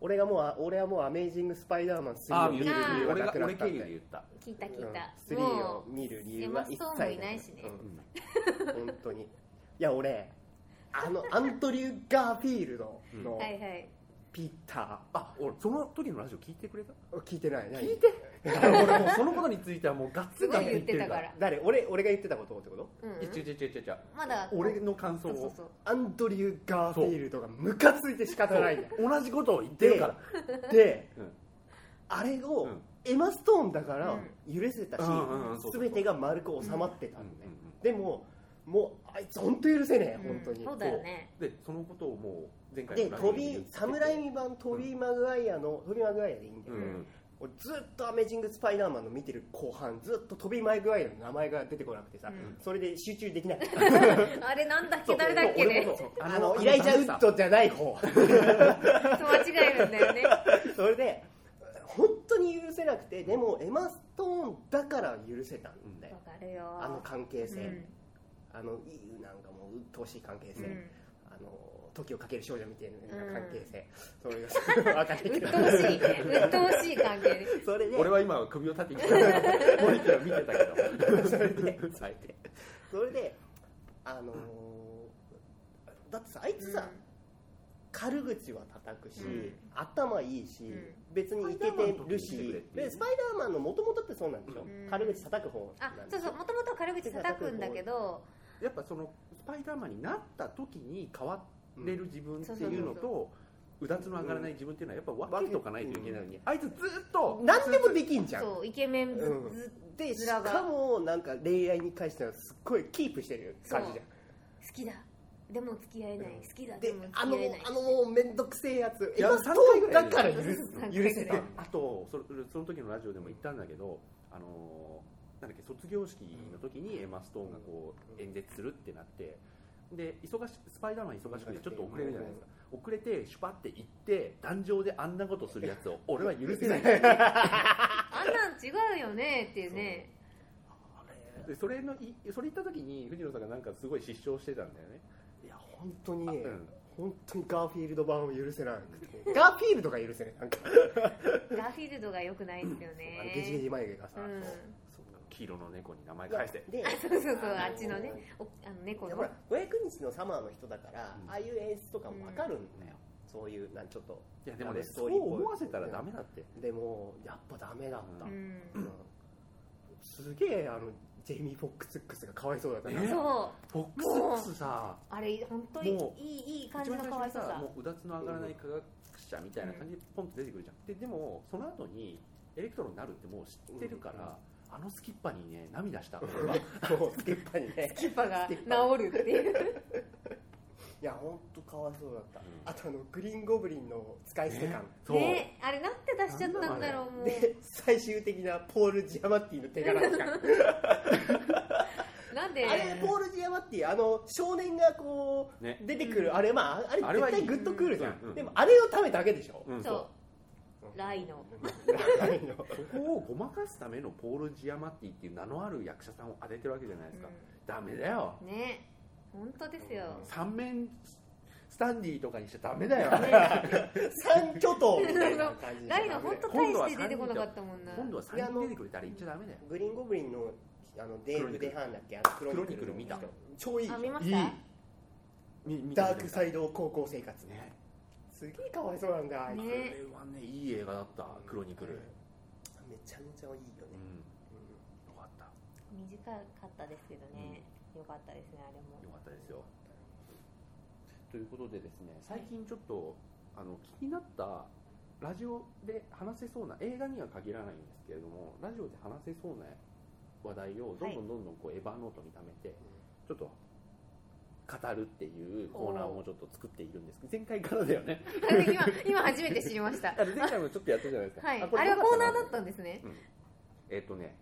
[SPEAKER 3] 俺がもうあ俺はもうアメイジングスパイダーマン3
[SPEAKER 1] あ
[SPEAKER 3] を
[SPEAKER 1] あ
[SPEAKER 3] 見
[SPEAKER 1] 言
[SPEAKER 3] る
[SPEAKER 1] って
[SPEAKER 3] 理
[SPEAKER 2] あー
[SPEAKER 3] 由
[SPEAKER 1] る
[SPEAKER 3] が
[SPEAKER 1] 俺
[SPEAKER 3] な
[SPEAKER 1] が
[SPEAKER 3] くな
[SPEAKER 1] 俺
[SPEAKER 3] った
[SPEAKER 1] 経
[SPEAKER 3] ん
[SPEAKER 1] 由
[SPEAKER 3] だ
[SPEAKER 1] で
[SPEAKER 3] よ
[SPEAKER 1] 言った、
[SPEAKER 2] 聞いた聞いた、
[SPEAKER 3] うん、3を見る理由は一切
[SPEAKER 2] エマストーンもいないしね
[SPEAKER 3] うん本当にいや俺あのアントリュー・ガーフィールドの
[SPEAKER 2] はいはい
[SPEAKER 3] ピータ
[SPEAKER 1] あ俺その時のラジオ聞いてくれた
[SPEAKER 3] ー、聞いてない
[SPEAKER 1] 聞い
[SPEAKER 3] 何
[SPEAKER 1] て俺もうそのことについてはもうガッツ
[SPEAKER 2] すご
[SPEAKER 1] ガ
[SPEAKER 2] い
[SPEAKER 1] ツ
[SPEAKER 2] 言
[SPEAKER 1] 言
[SPEAKER 2] っ
[SPEAKER 1] ってる
[SPEAKER 2] てた
[SPEAKER 1] か
[SPEAKER 2] からら、
[SPEAKER 3] 誰俺俺が言ってたことってこと
[SPEAKER 2] うんうん
[SPEAKER 1] いや違う違う違う違う
[SPEAKER 2] まだ
[SPEAKER 1] 俺の感想
[SPEAKER 2] そうそう
[SPEAKER 1] を
[SPEAKER 2] そう
[SPEAKER 3] アントリュー・ガーフィールドがムカついて仕方ないんだよ
[SPEAKER 1] 同じことを言ってるから
[SPEAKER 3] で、
[SPEAKER 1] うん
[SPEAKER 3] あれ
[SPEAKER 1] う
[SPEAKER 3] を
[SPEAKER 1] ん
[SPEAKER 3] エマ・ストーンだから
[SPEAKER 2] う
[SPEAKER 3] 許せたし、
[SPEAKER 1] うんうんうんそうそう
[SPEAKER 3] 全てが丸く収まってたのね、
[SPEAKER 1] うんうんうん
[SPEAKER 3] でももうあいつ本当許せねえ、本当
[SPEAKER 2] うん
[SPEAKER 3] に
[SPEAKER 2] そうだよね
[SPEAKER 1] でそのことをもう前回
[SPEAKER 3] で
[SPEAKER 1] のラジオ
[SPEAKER 3] トビー侍見版トビー・マグワイアの、トビー・マグワイアでいいんだ
[SPEAKER 1] う
[SPEAKER 3] よ、
[SPEAKER 1] んうん
[SPEAKER 3] 俺ずっと「アメージング・スパイダーマン」の見てる後半ずっとトビー・マグワイアの名前が出てこなくてさ、
[SPEAKER 2] うん
[SPEAKER 3] それで集中できない
[SPEAKER 2] あれなんだっけ誰だっけ
[SPEAKER 1] 俺
[SPEAKER 2] ね
[SPEAKER 1] もそう
[SPEAKER 3] あのイライジャ・ウッドじゃない方
[SPEAKER 2] そう間違えるんだよね
[SPEAKER 3] それで本当に許せなくてでもエマ・ストーンだから許せたんだよ
[SPEAKER 2] わ、かるよ
[SPEAKER 3] あの関係性、
[SPEAKER 2] うん
[SPEAKER 3] あのいいなんかもう鬱陶しい関係性、
[SPEAKER 2] うん
[SPEAKER 3] あの時をかける少女みたいな
[SPEAKER 2] うん
[SPEAKER 3] 関係性、そういう 分かるけ
[SPEAKER 2] 鬱
[SPEAKER 3] ど
[SPEAKER 2] 陶しい鬱陶しい関係で
[SPEAKER 3] それで
[SPEAKER 1] 俺は今は首を縦にして森木を見てたけど
[SPEAKER 3] それで それであのーだってさあいつさ、軽口は叩くし、
[SPEAKER 2] うん
[SPEAKER 3] 頭いいし、
[SPEAKER 2] うん
[SPEAKER 3] 別にいけてる
[SPEAKER 1] スパイダーマンの時に来てくれっ
[SPEAKER 3] して
[SPEAKER 1] いう
[SPEAKER 3] でスパイダーマンの元々ってそうなんでしょ、
[SPEAKER 2] うん
[SPEAKER 3] 軽口叩く方
[SPEAKER 2] あ
[SPEAKER 3] なんで
[SPEAKER 2] そう
[SPEAKER 3] す
[SPEAKER 2] そう
[SPEAKER 3] よ
[SPEAKER 2] もともと軽口叩くんだけど
[SPEAKER 1] やっぱそのスパイダーマンになった時に変われる自分っていうのと、うだつの上がらない自分っていうのはやっぱ分けとかないといけないのに、あいつずっと
[SPEAKER 3] 何でもできんじゃん
[SPEAKER 2] そうイケメンず
[SPEAKER 3] うん
[SPEAKER 2] ず
[SPEAKER 3] でし
[SPEAKER 2] ずらが
[SPEAKER 3] かもなんか恋愛に関してはすっごいキープしてる感じじゃん
[SPEAKER 2] 好きだでも付き合えない好きだで
[SPEAKER 3] で
[SPEAKER 2] も
[SPEAKER 3] あ
[SPEAKER 2] 付き
[SPEAKER 3] の
[SPEAKER 2] 合えない
[SPEAKER 3] あのもうめんどくせえやつ
[SPEAKER 1] いや
[SPEAKER 3] エマ
[SPEAKER 1] 三回ぐらい
[SPEAKER 3] だから許す
[SPEAKER 2] 三回ぐ
[SPEAKER 3] 許
[SPEAKER 2] らい
[SPEAKER 3] せた
[SPEAKER 1] であとそれその時のラジオでも言ったんだけど、あのーなんだっけ卒業式の時にエマ・ストーンがこう
[SPEAKER 3] うん
[SPEAKER 1] 演説するってなってで忙しスパイダーマン忙しくてちょっと遅れるじゃないですか遅れてシュパって行って壇上であんなことするやつを俺 は許せないで
[SPEAKER 2] あんなん違うよねっていうね
[SPEAKER 1] それのいそれ言った時に藤野さんがなんかすごい失笑してたんだよね、
[SPEAKER 3] いや本当にね、
[SPEAKER 1] うん
[SPEAKER 3] 本当にガーフィールド版を許せなくてガーフィールドが許せないなんか、
[SPEAKER 2] ガーフィールドが良くないですよ
[SPEAKER 3] あのゲジゲ
[SPEAKER 2] ね
[SPEAKER 3] ジ眉毛がさ、
[SPEAKER 2] うん
[SPEAKER 1] そう黄色の猫に名前返して
[SPEAKER 3] で
[SPEAKER 2] あそうそうそうあっちのねおあの猫
[SPEAKER 3] で
[SPEAKER 2] の
[SPEAKER 3] ほら500日のサマーの人だから、
[SPEAKER 1] うん
[SPEAKER 3] ああいう演出とかもわかるんだよ、そういうなんちょっと
[SPEAKER 1] いやでもね
[SPEAKER 3] ス
[SPEAKER 1] そ
[SPEAKER 3] トー
[SPEAKER 1] う
[SPEAKER 3] リーっぽい
[SPEAKER 1] 思わせたらダメだって
[SPEAKER 3] でもやっぱダメだった、
[SPEAKER 2] う
[SPEAKER 1] うん
[SPEAKER 3] うんすげえあのジェイミー・フォックスックスがかわいそうだったな
[SPEAKER 1] ね
[SPEAKER 2] そう
[SPEAKER 1] フォックスボックスさ
[SPEAKER 2] あれ本当に
[SPEAKER 1] もう
[SPEAKER 2] いいいい感じ
[SPEAKER 1] 一番
[SPEAKER 2] の
[SPEAKER 1] 最初
[SPEAKER 2] 可愛
[SPEAKER 1] に
[SPEAKER 2] さ
[SPEAKER 1] さ
[SPEAKER 2] さ
[SPEAKER 1] もううだつの上がらない科学者みたいな感じでポンと出てくるじゃん、ででもその後にエレクトロになるってもう知ってるから、あのスキッパにね涙した俺は
[SPEAKER 3] そうスキッパにね
[SPEAKER 2] キッパが治るっていう
[SPEAKER 3] いや本当かわいそうだった、あとあのグリーンゴブリンの使い捨て感、
[SPEAKER 1] そう、
[SPEAKER 2] ねあれなんて出しちゃったんだろうもう
[SPEAKER 3] で最終的なポール・ジアマッティの手柄感
[SPEAKER 2] なんで
[SPEAKER 3] あれポール・ジアマッティあの少年がこう、
[SPEAKER 1] ね
[SPEAKER 3] 出てくるあれまああ
[SPEAKER 1] あ
[SPEAKER 3] れ
[SPEAKER 1] れは
[SPEAKER 3] 絶
[SPEAKER 1] いい
[SPEAKER 3] 対グッとくるじゃん、
[SPEAKER 1] うんうん
[SPEAKER 3] でもあれを食べただけでしょ、
[SPEAKER 1] うん、
[SPEAKER 2] そ
[SPEAKER 1] そうう
[SPEAKER 2] ライの
[SPEAKER 3] ライの
[SPEAKER 1] そこをごまかすためのポール・ジアマッティっていう名のある役者さんを当ててるわけじゃないですか、ダメだよ
[SPEAKER 2] うんね本当ですよ
[SPEAKER 1] 三面スタンディとかにしちゃダメだよ、
[SPEAKER 3] 三巨頭みたいな感じ
[SPEAKER 2] ラ イの本当大して出てこなかったもんな
[SPEAKER 1] 今度は3人出てくれたら言っちゃダメだよ
[SPEAKER 3] グリーンゴブリンのあのデーブ・デハーンだっけあの
[SPEAKER 1] クロニクル見た
[SPEAKER 3] 超いい
[SPEAKER 2] あ見ま
[SPEAKER 1] い
[SPEAKER 2] し
[SPEAKER 1] い
[SPEAKER 2] た
[SPEAKER 1] み見て
[SPEAKER 3] ダークサ
[SPEAKER 1] イ
[SPEAKER 3] イド高校生活ね
[SPEAKER 1] ね
[SPEAKER 3] すげえかわいそうなんだあいつ
[SPEAKER 1] こ
[SPEAKER 2] ね
[SPEAKER 1] れはねいい映画だったクロニクル、
[SPEAKER 3] うんめちゃめちゃいいよ
[SPEAKER 1] う
[SPEAKER 3] ね、
[SPEAKER 1] んよかった
[SPEAKER 2] 短かったですけどね良かったですねあれも
[SPEAKER 1] よかったですよ。ということでですね、最近ちょっと、あの気になったラジオで話せそうな映画には限らないんですけれども、ラジオで話せそうな話題をどんどんどんどんこうエバーノートに貯めて、ちょっと。語るっていうコーナーもちょっと作っているんですけど前回からだよ ね
[SPEAKER 2] 今今初めて知りま した
[SPEAKER 1] あの前回もちょっとやったじゃないですか
[SPEAKER 2] はい
[SPEAKER 1] こ
[SPEAKER 2] あれは
[SPEAKER 1] どう
[SPEAKER 2] コ
[SPEAKER 1] か
[SPEAKER 2] ーナ
[SPEAKER 1] な
[SPEAKER 2] ーだったんですね
[SPEAKER 1] えっ、とね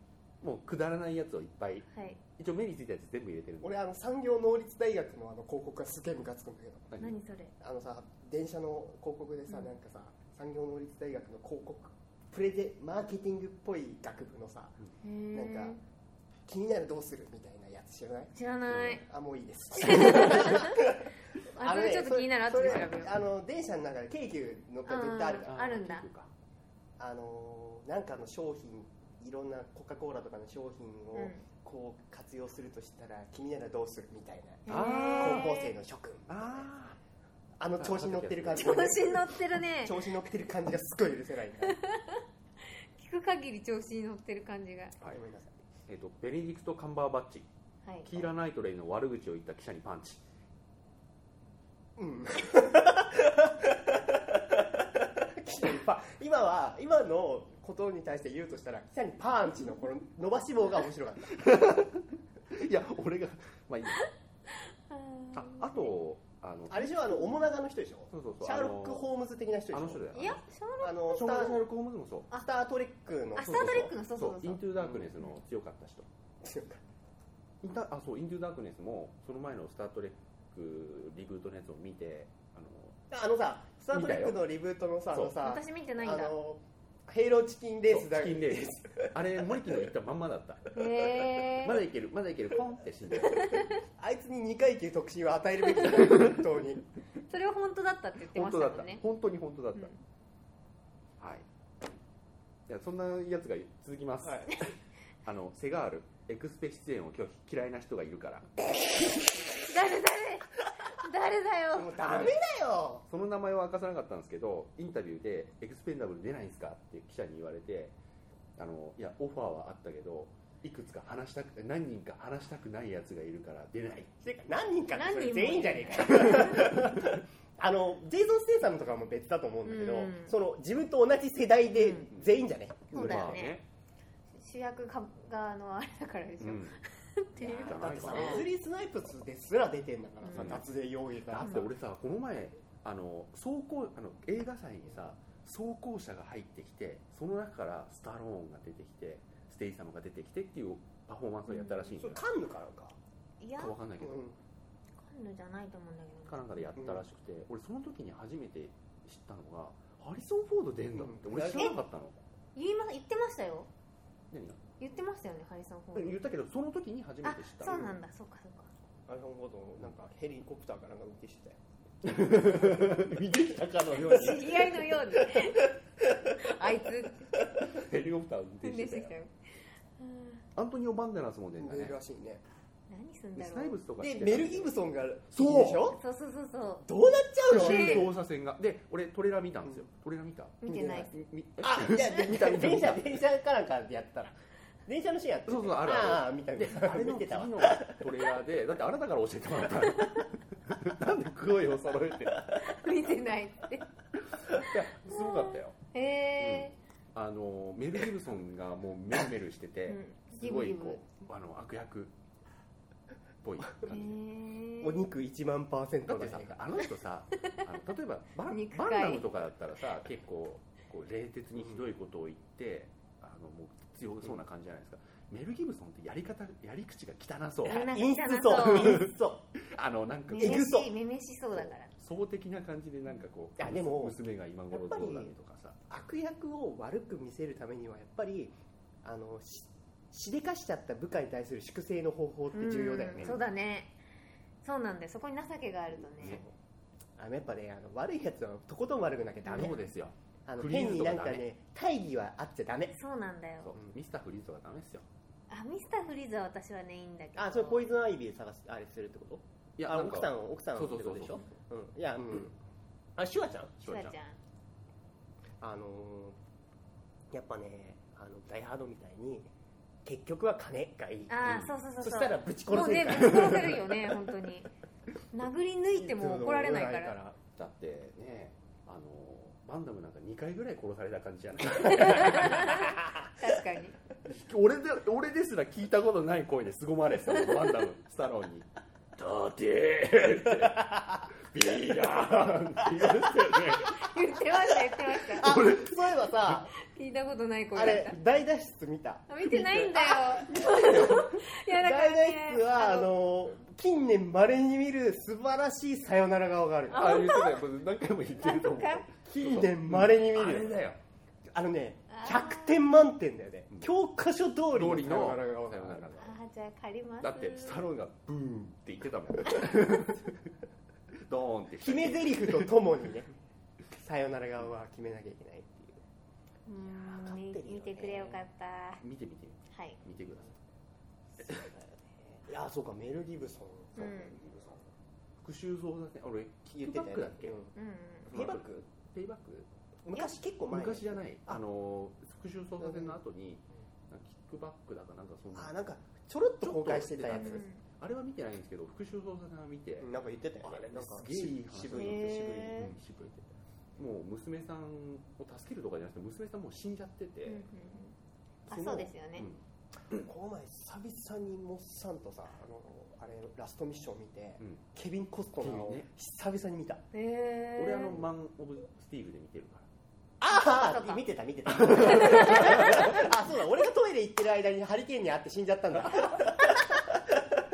[SPEAKER 1] もうくだらないやつをいっぱい
[SPEAKER 2] はい
[SPEAKER 1] 一応目についたやつ全部入れてるんで
[SPEAKER 3] 俺あの産業能率大学のあの広告がすげえムカつくんだけど
[SPEAKER 1] はい
[SPEAKER 2] 何それ
[SPEAKER 3] あのさ電車の広告でさ、
[SPEAKER 2] うん
[SPEAKER 3] なんかさ産業能率大学の広告プレゼマーケティングっぽい学部のさ
[SPEAKER 2] へ
[SPEAKER 3] なんか
[SPEAKER 2] ー
[SPEAKER 3] 気になるどうするみたいなやつ知らない
[SPEAKER 2] 知らない
[SPEAKER 3] あもういいです
[SPEAKER 2] あそれちょっと気になる後で調べよ
[SPEAKER 3] それ
[SPEAKER 2] う
[SPEAKER 3] あの電車の中で京急乗ったら絶対あるから
[SPEAKER 2] ーあるんだ
[SPEAKER 1] 聞くか
[SPEAKER 3] あのーなんかの商品いろんなコカ・コーラとかの商品
[SPEAKER 2] う
[SPEAKER 3] を
[SPEAKER 2] ん
[SPEAKER 3] こう活用するとしたら君ならどうするみたいな
[SPEAKER 1] あー
[SPEAKER 3] 高校生の諸君
[SPEAKER 1] ああ
[SPEAKER 3] あの調子に乗ってる感じ
[SPEAKER 2] 調子に乗って るね
[SPEAKER 3] 調子に乗ってる感じがすっごい許せないんだ
[SPEAKER 2] 聞く限り調子に乗ってる感じが
[SPEAKER 1] はい
[SPEAKER 3] ごめんなさい
[SPEAKER 1] えっとベネディクト・カンバーバッチ
[SPEAKER 2] はい
[SPEAKER 1] キーラ・ナイトレイの悪口を言った記者にパンチ
[SPEAKER 3] うん 北にパ今は今のことに対して言うとしたら北にパンチのこの伸ばし棒が面白かった
[SPEAKER 1] いや俺がまあいいや
[SPEAKER 2] あ
[SPEAKER 1] ああとあの
[SPEAKER 3] あれでしょあの面長の人でしょ
[SPEAKER 1] そうそうそう
[SPEAKER 3] シャーロック・
[SPEAKER 1] あの
[SPEAKER 3] ホームズ的な人でしょ
[SPEAKER 1] あの人だよ
[SPEAKER 2] ーいやしょうがない
[SPEAKER 3] あの
[SPEAKER 1] シ
[SPEAKER 3] ス
[SPEAKER 1] ョー
[SPEAKER 3] タ
[SPEAKER 1] ン
[SPEAKER 3] ー
[SPEAKER 1] シャーロック・ホームズもそう
[SPEAKER 2] あ
[SPEAKER 3] スター・トレックの
[SPEAKER 2] あスター・トレックのそう
[SPEAKER 1] そ
[SPEAKER 2] そうう
[SPEAKER 1] イ
[SPEAKER 2] そ
[SPEAKER 1] ン
[SPEAKER 2] う
[SPEAKER 1] トゥ・ダークネスの強かった人インタあそうイントゥ・ダークネスもその前のスター・トレックリブートのやつを見てあの
[SPEAKER 3] あのさ、スター・トレックのリブートのさ、あ
[SPEAKER 1] そう
[SPEAKER 3] のさ、
[SPEAKER 2] 私見てないん
[SPEAKER 3] あ
[SPEAKER 2] だ
[SPEAKER 3] の、ヘイローチキンレースだ
[SPEAKER 1] そうチキンレースあれモリキの言ったまんまだ った
[SPEAKER 2] へえ
[SPEAKER 1] まだいけるまだいけるポンって死ん でる
[SPEAKER 3] あいつに2階級特進を与えるべきだよ、本当 に。
[SPEAKER 2] それは本当だったって言ってま
[SPEAKER 1] 本
[SPEAKER 2] し
[SPEAKER 1] 当だっ
[SPEAKER 2] たも
[SPEAKER 1] た
[SPEAKER 2] んね
[SPEAKER 1] 本当に本当だった、
[SPEAKER 2] うん
[SPEAKER 1] はいいやそんなやつが続きます、あのセガールエクスペ出演を拒否嫌いな人がいるから
[SPEAKER 2] 誰誰誰れだよ
[SPEAKER 3] もうダメだよ
[SPEAKER 1] その名前は明かさなかったんですけどインタビューで「エクスペンダブル出ないんですか?」って記者に言われてあのいやオファーはあったけどいくつか話したく何人か話したくないやつがいるから出ない
[SPEAKER 3] てか何人かってそれ
[SPEAKER 2] 何人も
[SPEAKER 3] 全員じゃ ねえかあのジェイソン・ステイさんとかも別だと思うんだけど、
[SPEAKER 2] うん
[SPEAKER 3] その自分と同じ世代で
[SPEAKER 2] うん
[SPEAKER 3] 全員じゃね、
[SPEAKER 2] そうだよね
[SPEAKER 1] まあね
[SPEAKER 2] 主役があのあれだからでしょ、
[SPEAKER 1] う
[SPEAKER 2] っ
[SPEAKER 1] ん
[SPEAKER 2] ていう
[SPEAKER 1] だ
[SPEAKER 3] だってさレスリー・スナイプスですら出てんだからさ、
[SPEAKER 2] うん
[SPEAKER 3] 脱税容疑が
[SPEAKER 1] だって俺さこの前あの走行あの映画祭にさ装甲車が入ってきてその中からスタローンが出てきてステイ様が出てきてっていうパフォーマンスをやったらしいんだ
[SPEAKER 3] それ
[SPEAKER 1] よ、
[SPEAKER 3] カンヌからか、
[SPEAKER 2] いや
[SPEAKER 1] かわかんないけど、
[SPEAKER 3] う
[SPEAKER 2] カンヌじゃないと思うんだけ
[SPEAKER 1] かなん
[SPEAKER 2] ど
[SPEAKER 1] かでやったらしくて、俺その時に初めて知ったのがハリソン・フォード出んだって、
[SPEAKER 3] うん
[SPEAKER 1] 俺知らなかったの
[SPEAKER 2] 言いま言ってましたよ
[SPEAKER 1] 何が
[SPEAKER 2] 言ってましたよねハリソン・フォード
[SPEAKER 1] 言ったけどその時に初め
[SPEAKER 2] あ
[SPEAKER 1] て知った
[SPEAKER 2] そう
[SPEAKER 1] の
[SPEAKER 2] なんだそうかそうか
[SPEAKER 3] ん、アイフォン・フォードなんかヘリコプターかなんか運転してたよ
[SPEAKER 1] 見てきたかのよう に
[SPEAKER 2] 知り合いのように あいつ
[SPEAKER 1] ヘリコプター運
[SPEAKER 2] 運
[SPEAKER 1] 転
[SPEAKER 2] 転
[SPEAKER 1] し
[SPEAKER 2] し
[SPEAKER 1] て
[SPEAKER 2] てき
[SPEAKER 1] た
[SPEAKER 2] た
[SPEAKER 1] よ
[SPEAKER 2] よ
[SPEAKER 1] アントニオ・バンデラスも出んだ
[SPEAKER 3] 出
[SPEAKER 1] ね
[SPEAKER 3] るらしいね
[SPEAKER 2] 何すん
[SPEAKER 1] で
[SPEAKER 2] だ
[SPEAKER 1] スナイ
[SPEAKER 2] ろ
[SPEAKER 1] ブ
[SPEAKER 2] う
[SPEAKER 1] スとか
[SPEAKER 3] で
[SPEAKER 1] 出てた
[SPEAKER 3] メル・ギブソンがいるでし
[SPEAKER 1] そう
[SPEAKER 3] ょ
[SPEAKER 2] そうそうそうそ
[SPEAKER 3] どうなっちゃうの
[SPEAKER 2] そう
[SPEAKER 1] 中東車線がで俺トレーラー見たんですよ、トレーラー見た
[SPEAKER 2] う見てない
[SPEAKER 1] みみ
[SPEAKER 3] あいやで見た
[SPEAKER 1] 見
[SPEAKER 3] 見た電車
[SPEAKER 1] た
[SPEAKER 3] 電車かなんかでやったら電車のシーンやって
[SPEAKER 1] そうそうあるある
[SPEAKER 3] あー見た見
[SPEAKER 1] で
[SPEAKER 3] た
[SPEAKER 1] あれ
[SPEAKER 3] 見
[SPEAKER 1] の
[SPEAKER 3] て
[SPEAKER 1] 次
[SPEAKER 3] たわ
[SPEAKER 1] のトレーラーでだってあなたから教えてもら ったのなんで声を揃えていや
[SPEAKER 2] う見てないって
[SPEAKER 1] すごかったよ
[SPEAKER 2] へえ
[SPEAKER 1] あのメル・ギブソンがもうメルメルしてて、
[SPEAKER 2] うん
[SPEAKER 1] すごい
[SPEAKER 2] ギブギブ
[SPEAKER 1] こうあの悪役っぽい感
[SPEAKER 2] へ
[SPEAKER 1] じ
[SPEAKER 2] え
[SPEAKER 3] お肉1万パーセン
[SPEAKER 1] だっ
[SPEAKER 3] ト
[SPEAKER 1] て
[SPEAKER 3] だ
[SPEAKER 1] さ
[SPEAKER 3] ね
[SPEAKER 1] あの人 さあの例えばバン
[SPEAKER 2] 肉
[SPEAKER 1] バ
[SPEAKER 2] 塊
[SPEAKER 1] ンダムとかだったらさ結構こう冷徹にひどいことを言って、あのもう強そうな感じじゃないですか、メル・ギブソンってやり方やり口が汚そう
[SPEAKER 2] あなんか
[SPEAKER 3] インス
[SPEAKER 2] 汚
[SPEAKER 3] そ
[SPEAKER 2] そう
[SPEAKER 3] うインスそう
[SPEAKER 1] あのなんかこう
[SPEAKER 2] めめ
[SPEAKER 3] えぐそ
[SPEAKER 2] しいめめしそうだから
[SPEAKER 1] 総的な感じでなんかこう
[SPEAKER 3] いやでも
[SPEAKER 1] 娘が今頃どうだねとかさ
[SPEAKER 3] 悪役を悪く見せるためにはやっぱりあのししでかしちゃった部下に対する粛清の方法って重要だよね、
[SPEAKER 2] うんそうだねそうなんだよそこに情けがあるとね
[SPEAKER 3] あのやっぱねあの悪いやつはとことん悪くなきゃダメ
[SPEAKER 1] そうですよ
[SPEAKER 3] あの
[SPEAKER 1] クリー
[SPEAKER 3] 変
[SPEAKER 1] ン
[SPEAKER 3] に
[SPEAKER 1] とか
[SPEAKER 3] な
[SPEAKER 1] ダ
[SPEAKER 3] ん
[SPEAKER 1] メ
[SPEAKER 3] かね大義はあっちゃダメ
[SPEAKER 2] そうなんだよ
[SPEAKER 1] そうミスターフリーズとかダメですよ
[SPEAKER 2] あミスターフリーズは私はねいいんだけど
[SPEAKER 3] あそれポイズンアイビーで探すあれするってこと
[SPEAKER 1] い
[SPEAKER 3] あ
[SPEAKER 1] なんか
[SPEAKER 3] 奥さんを奥さんを
[SPEAKER 1] そ
[SPEAKER 3] っ
[SPEAKER 1] うそ
[SPEAKER 3] て
[SPEAKER 1] う
[SPEAKER 3] こ
[SPEAKER 1] そ
[SPEAKER 3] と
[SPEAKER 1] う
[SPEAKER 3] でし
[SPEAKER 1] そう
[SPEAKER 3] ょうんいやうんあシュワちゃん
[SPEAKER 2] シュワちゃん
[SPEAKER 3] あのーやっぱねあのダイハードみたいに結局は金がいい
[SPEAKER 2] あ
[SPEAKER 1] うん
[SPEAKER 2] ーそうそうそう
[SPEAKER 3] そ
[SPEAKER 2] そう
[SPEAKER 3] したらぶち
[SPEAKER 2] も
[SPEAKER 3] 殺
[SPEAKER 2] うね
[SPEAKER 3] せるから
[SPEAKER 2] ぶち殺せるよね 本当に殴り抜いても怒られないから
[SPEAKER 1] だってねあのバンダムなんか2回ぐらい殺された感じじゃない
[SPEAKER 2] 確かに
[SPEAKER 1] 俺で俺ですら聞いたことない声で凄まれてたもんバンダムスタローンに「ダーティー!」ビーガーン!」って言われてね
[SPEAKER 2] 言ってました言ってました
[SPEAKER 3] あそういえばさ
[SPEAKER 2] 聞いたことない声
[SPEAKER 3] あ
[SPEAKER 2] だっ
[SPEAKER 3] れ大脱出見た
[SPEAKER 2] たあ見てないんだよいやだから
[SPEAKER 3] 大
[SPEAKER 2] ね
[SPEAKER 3] 脱出はあの近年まれに見る素晴らしいさよなら顔がある
[SPEAKER 1] ああ言ってたよこれ何回も言ってると思う
[SPEAKER 2] あそっか
[SPEAKER 3] 近年まれに見
[SPEAKER 1] あれ
[SPEAKER 3] るよ
[SPEAKER 1] だよ
[SPEAKER 3] あのね
[SPEAKER 2] あー
[SPEAKER 3] 100点満点だよね
[SPEAKER 1] うん
[SPEAKER 3] 教科書通り
[SPEAKER 1] 通りの
[SPEAKER 3] さよなら顔
[SPEAKER 1] さよなら
[SPEAKER 2] あーじゃあ借ります
[SPEAKER 1] だってスタローンがブーンって言ってたもんドーンって
[SPEAKER 3] 決め台詞とともにね さよなら顔は決めなきゃいけないっていう
[SPEAKER 2] う
[SPEAKER 3] わ
[SPEAKER 2] ー
[SPEAKER 3] かっ
[SPEAKER 2] ん
[SPEAKER 3] てるよね
[SPEAKER 2] 見てくれよかったは
[SPEAKER 1] 見て見て
[SPEAKER 2] い
[SPEAKER 1] 見てくださ
[SPEAKER 3] いやそうかメル・ギブソン
[SPEAKER 2] うん
[SPEAKER 3] そう
[SPEAKER 1] い復讐捜査線俺キ
[SPEAKER 3] 言っ
[SPEAKER 1] ッ
[SPEAKER 3] て
[SPEAKER 1] クバ
[SPEAKER 3] た
[SPEAKER 1] ッ
[SPEAKER 3] よね
[SPEAKER 1] クだっけ、
[SPEAKER 3] うん
[SPEAKER 2] うんうん
[SPEAKER 3] ペイバック
[SPEAKER 1] ペイバック
[SPEAKER 3] 昔結構前
[SPEAKER 1] 昔じゃない
[SPEAKER 3] あ
[SPEAKER 1] あの復讐捜査線の後に、なんかキックバックだかなんかそんな
[SPEAKER 3] あなんかちょろっと公開してたや
[SPEAKER 2] う
[SPEAKER 3] つ
[SPEAKER 2] ん
[SPEAKER 1] あれは見てないんですけど復讐捜査線は見て、
[SPEAKER 3] うんなんか言ってたよね
[SPEAKER 1] あれ
[SPEAKER 3] なん
[SPEAKER 1] すげえいい話
[SPEAKER 3] 渋
[SPEAKER 2] へ
[SPEAKER 3] い渋い
[SPEAKER 2] え
[SPEAKER 1] うん渋いもう娘さんを助けるとかじゃなくて娘さんもう死んじゃってて、
[SPEAKER 2] うんうんあ
[SPEAKER 1] の
[SPEAKER 2] そうですよね
[SPEAKER 1] ん
[SPEAKER 3] この前久々にモッサンとさあのあれラストミッション見て
[SPEAKER 1] うん
[SPEAKER 3] ケビン・コストナーを
[SPEAKER 1] ケビンね
[SPEAKER 3] 久々に見た
[SPEAKER 2] へえ
[SPEAKER 1] 俺あのマン・オブ・スティーブで見てるから
[SPEAKER 3] あ
[SPEAKER 2] そう
[SPEAKER 3] あ
[SPEAKER 2] か
[SPEAKER 3] 見てた見てたあそうだ俺がトイレ行ってる間にハリケーンに会って死んじゃったんだ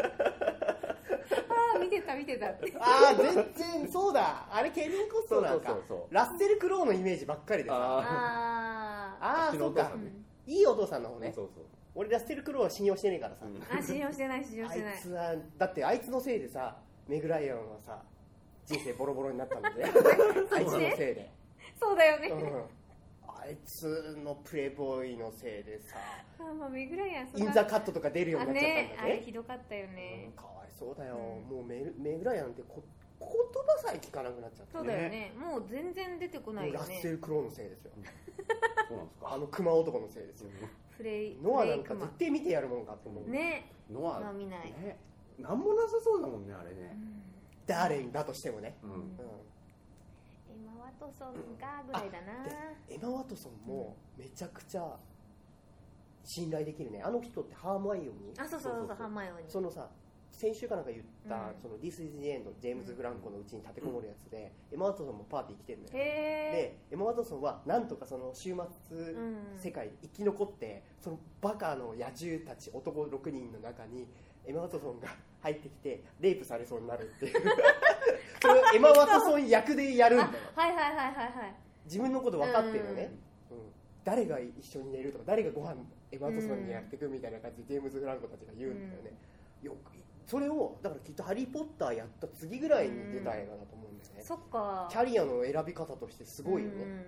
[SPEAKER 2] あー見てた見て たって
[SPEAKER 3] ああ全然そうだあれケビン・コストナーか
[SPEAKER 1] そうそうそうそう
[SPEAKER 3] ラッセル・クロウのイメージばっかりでさ
[SPEAKER 2] ああ
[SPEAKER 3] あ
[SPEAKER 1] う
[SPEAKER 3] あ
[SPEAKER 1] ちの
[SPEAKER 3] そ
[SPEAKER 1] お
[SPEAKER 3] う
[SPEAKER 1] 父
[SPEAKER 3] か
[SPEAKER 1] さんね
[SPEAKER 3] いいお父さんの方ね
[SPEAKER 1] そうそう
[SPEAKER 3] 俺ラッセル・クロウは信用してねえからさ、
[SPEAKER 1] うん
[SPEAKER 2] あ信用してない信用し
[SPEAKER 3] あ
[SPEAKER 2] て
[SPEAKER 3] い
[SPEAKER 2] ない
[SPEAKER 3] つはだってあいつのせいでさメグライオンはさ人生ボロボロになったんだ ねあいつのせいで、
[SPEAKER 2] そうだよね、
[SPEAKER 3] うん、あいつのプレイボーイのせいでさ
[SPEAKER 2] あまあめぐらいやんそ
[SPEAKER 3] イ
[SPEAKER 2] ん
[SPEAKER 3] ン
[SPEAKER 2] な
[SPEAKER 3] ザカットとか出るよう
[SPEAKER 2] あ
[SPEAKER 3] になっちゃったん
[SPEAKER 2] ね
[SPEAKER 3] だ
[SPEAKER 2] あ
[SPEAKER 3] ね
[SPEAKER 2] れひどかったよね
[SPEAKER 3] うん、かわいそうだよ、
[SPEAKER 2] うん
[SPEAKER 3] もうメルメグライアンってこ言葉さえ聞かなくなっちゃった
[SPEAKER 2] そうだよねもう全然出てこないよ
[SPEAKER 3] ラッセ
[SPEAKER 2] ね
[SPEAKER 3] ル・クロウのせいですよ
[SPEAKER 1] そうなんですか
[SPEAKER 3] あの熊男のせいですよ
[SPEAKER 2] フレイ
[SPEAKER 3] ノ
[SPEAKER 2] フ
[SPEAKER 3] アな
[SPEAKER 2] レイ
[SPEAKER 3] んか
[SPEAKER 2] クマ
[SPEAKER 3] 絶
[SPEAKER 2] ン
[SPEAKER 3] 対見てやるもんかと思う、
[SPEAKER 2] ね
[SPEAKER 1] ノア
[SPEAKER 2] まあ見ない
[SPEAKER 1] ねなんもなさそうだもんねあれね
[SPEAKER 3] 誰だとしてもね、
[SPEAKER 1] う
[SPEAKER 2] うん
[SPEAKER 1] ん
[SPEAKER 3] うん、
[SPEAKER 2] エマ・ワトソンがぐらいだな
[SPEAKER 3] エマ・ワトソンもめちゃくちゃ信頼できるねあの人ってハーマイオニー
[SPEAKER 2] あそうそうそう
[SPEAKER 1] そうそ
[SPEAKER 2] そううハーマイオニー
[SPEAKER 3] そのさ先週かなんか言った、
[SPEAKER 2] うん
[SPEAKER 3] その This is the end ジェームズ・フランコのうちに立てこもるやつで、エマ・ワトソンもパーティー来てるのよ
[SPEAKER 2] へえ
[SPEAKER 3] でエマ・ワトソンはなんとかその週末
[SPEAKER 2] うん
[SPEAKER 3] 世界で生き残ってそのバカの野獣たち男6人の中にエマ・ワトソンが入ってきてレイプされそうになる っていうそれをエマ・ワトソン役でやるんだよ
[SPEAKER 2] あはいはいはいはいはい
[SPEAKER 3] 自分のこと分かってるのね、うん誰が一緒に寝るとか誰がご飯エマ・ワトソンにやってくみたいな感じでジェームズ・フランコたちが言うんだよね、よくそれをだからきっと「ハリー・ポッター」やった次ぐらいに出た映画だと思うんだよね、
[SPEAKER 2] そっか
[SPEAKER 3] キャリアの選び方としてすごいよね、
[SPEAKER 2] うんうんうん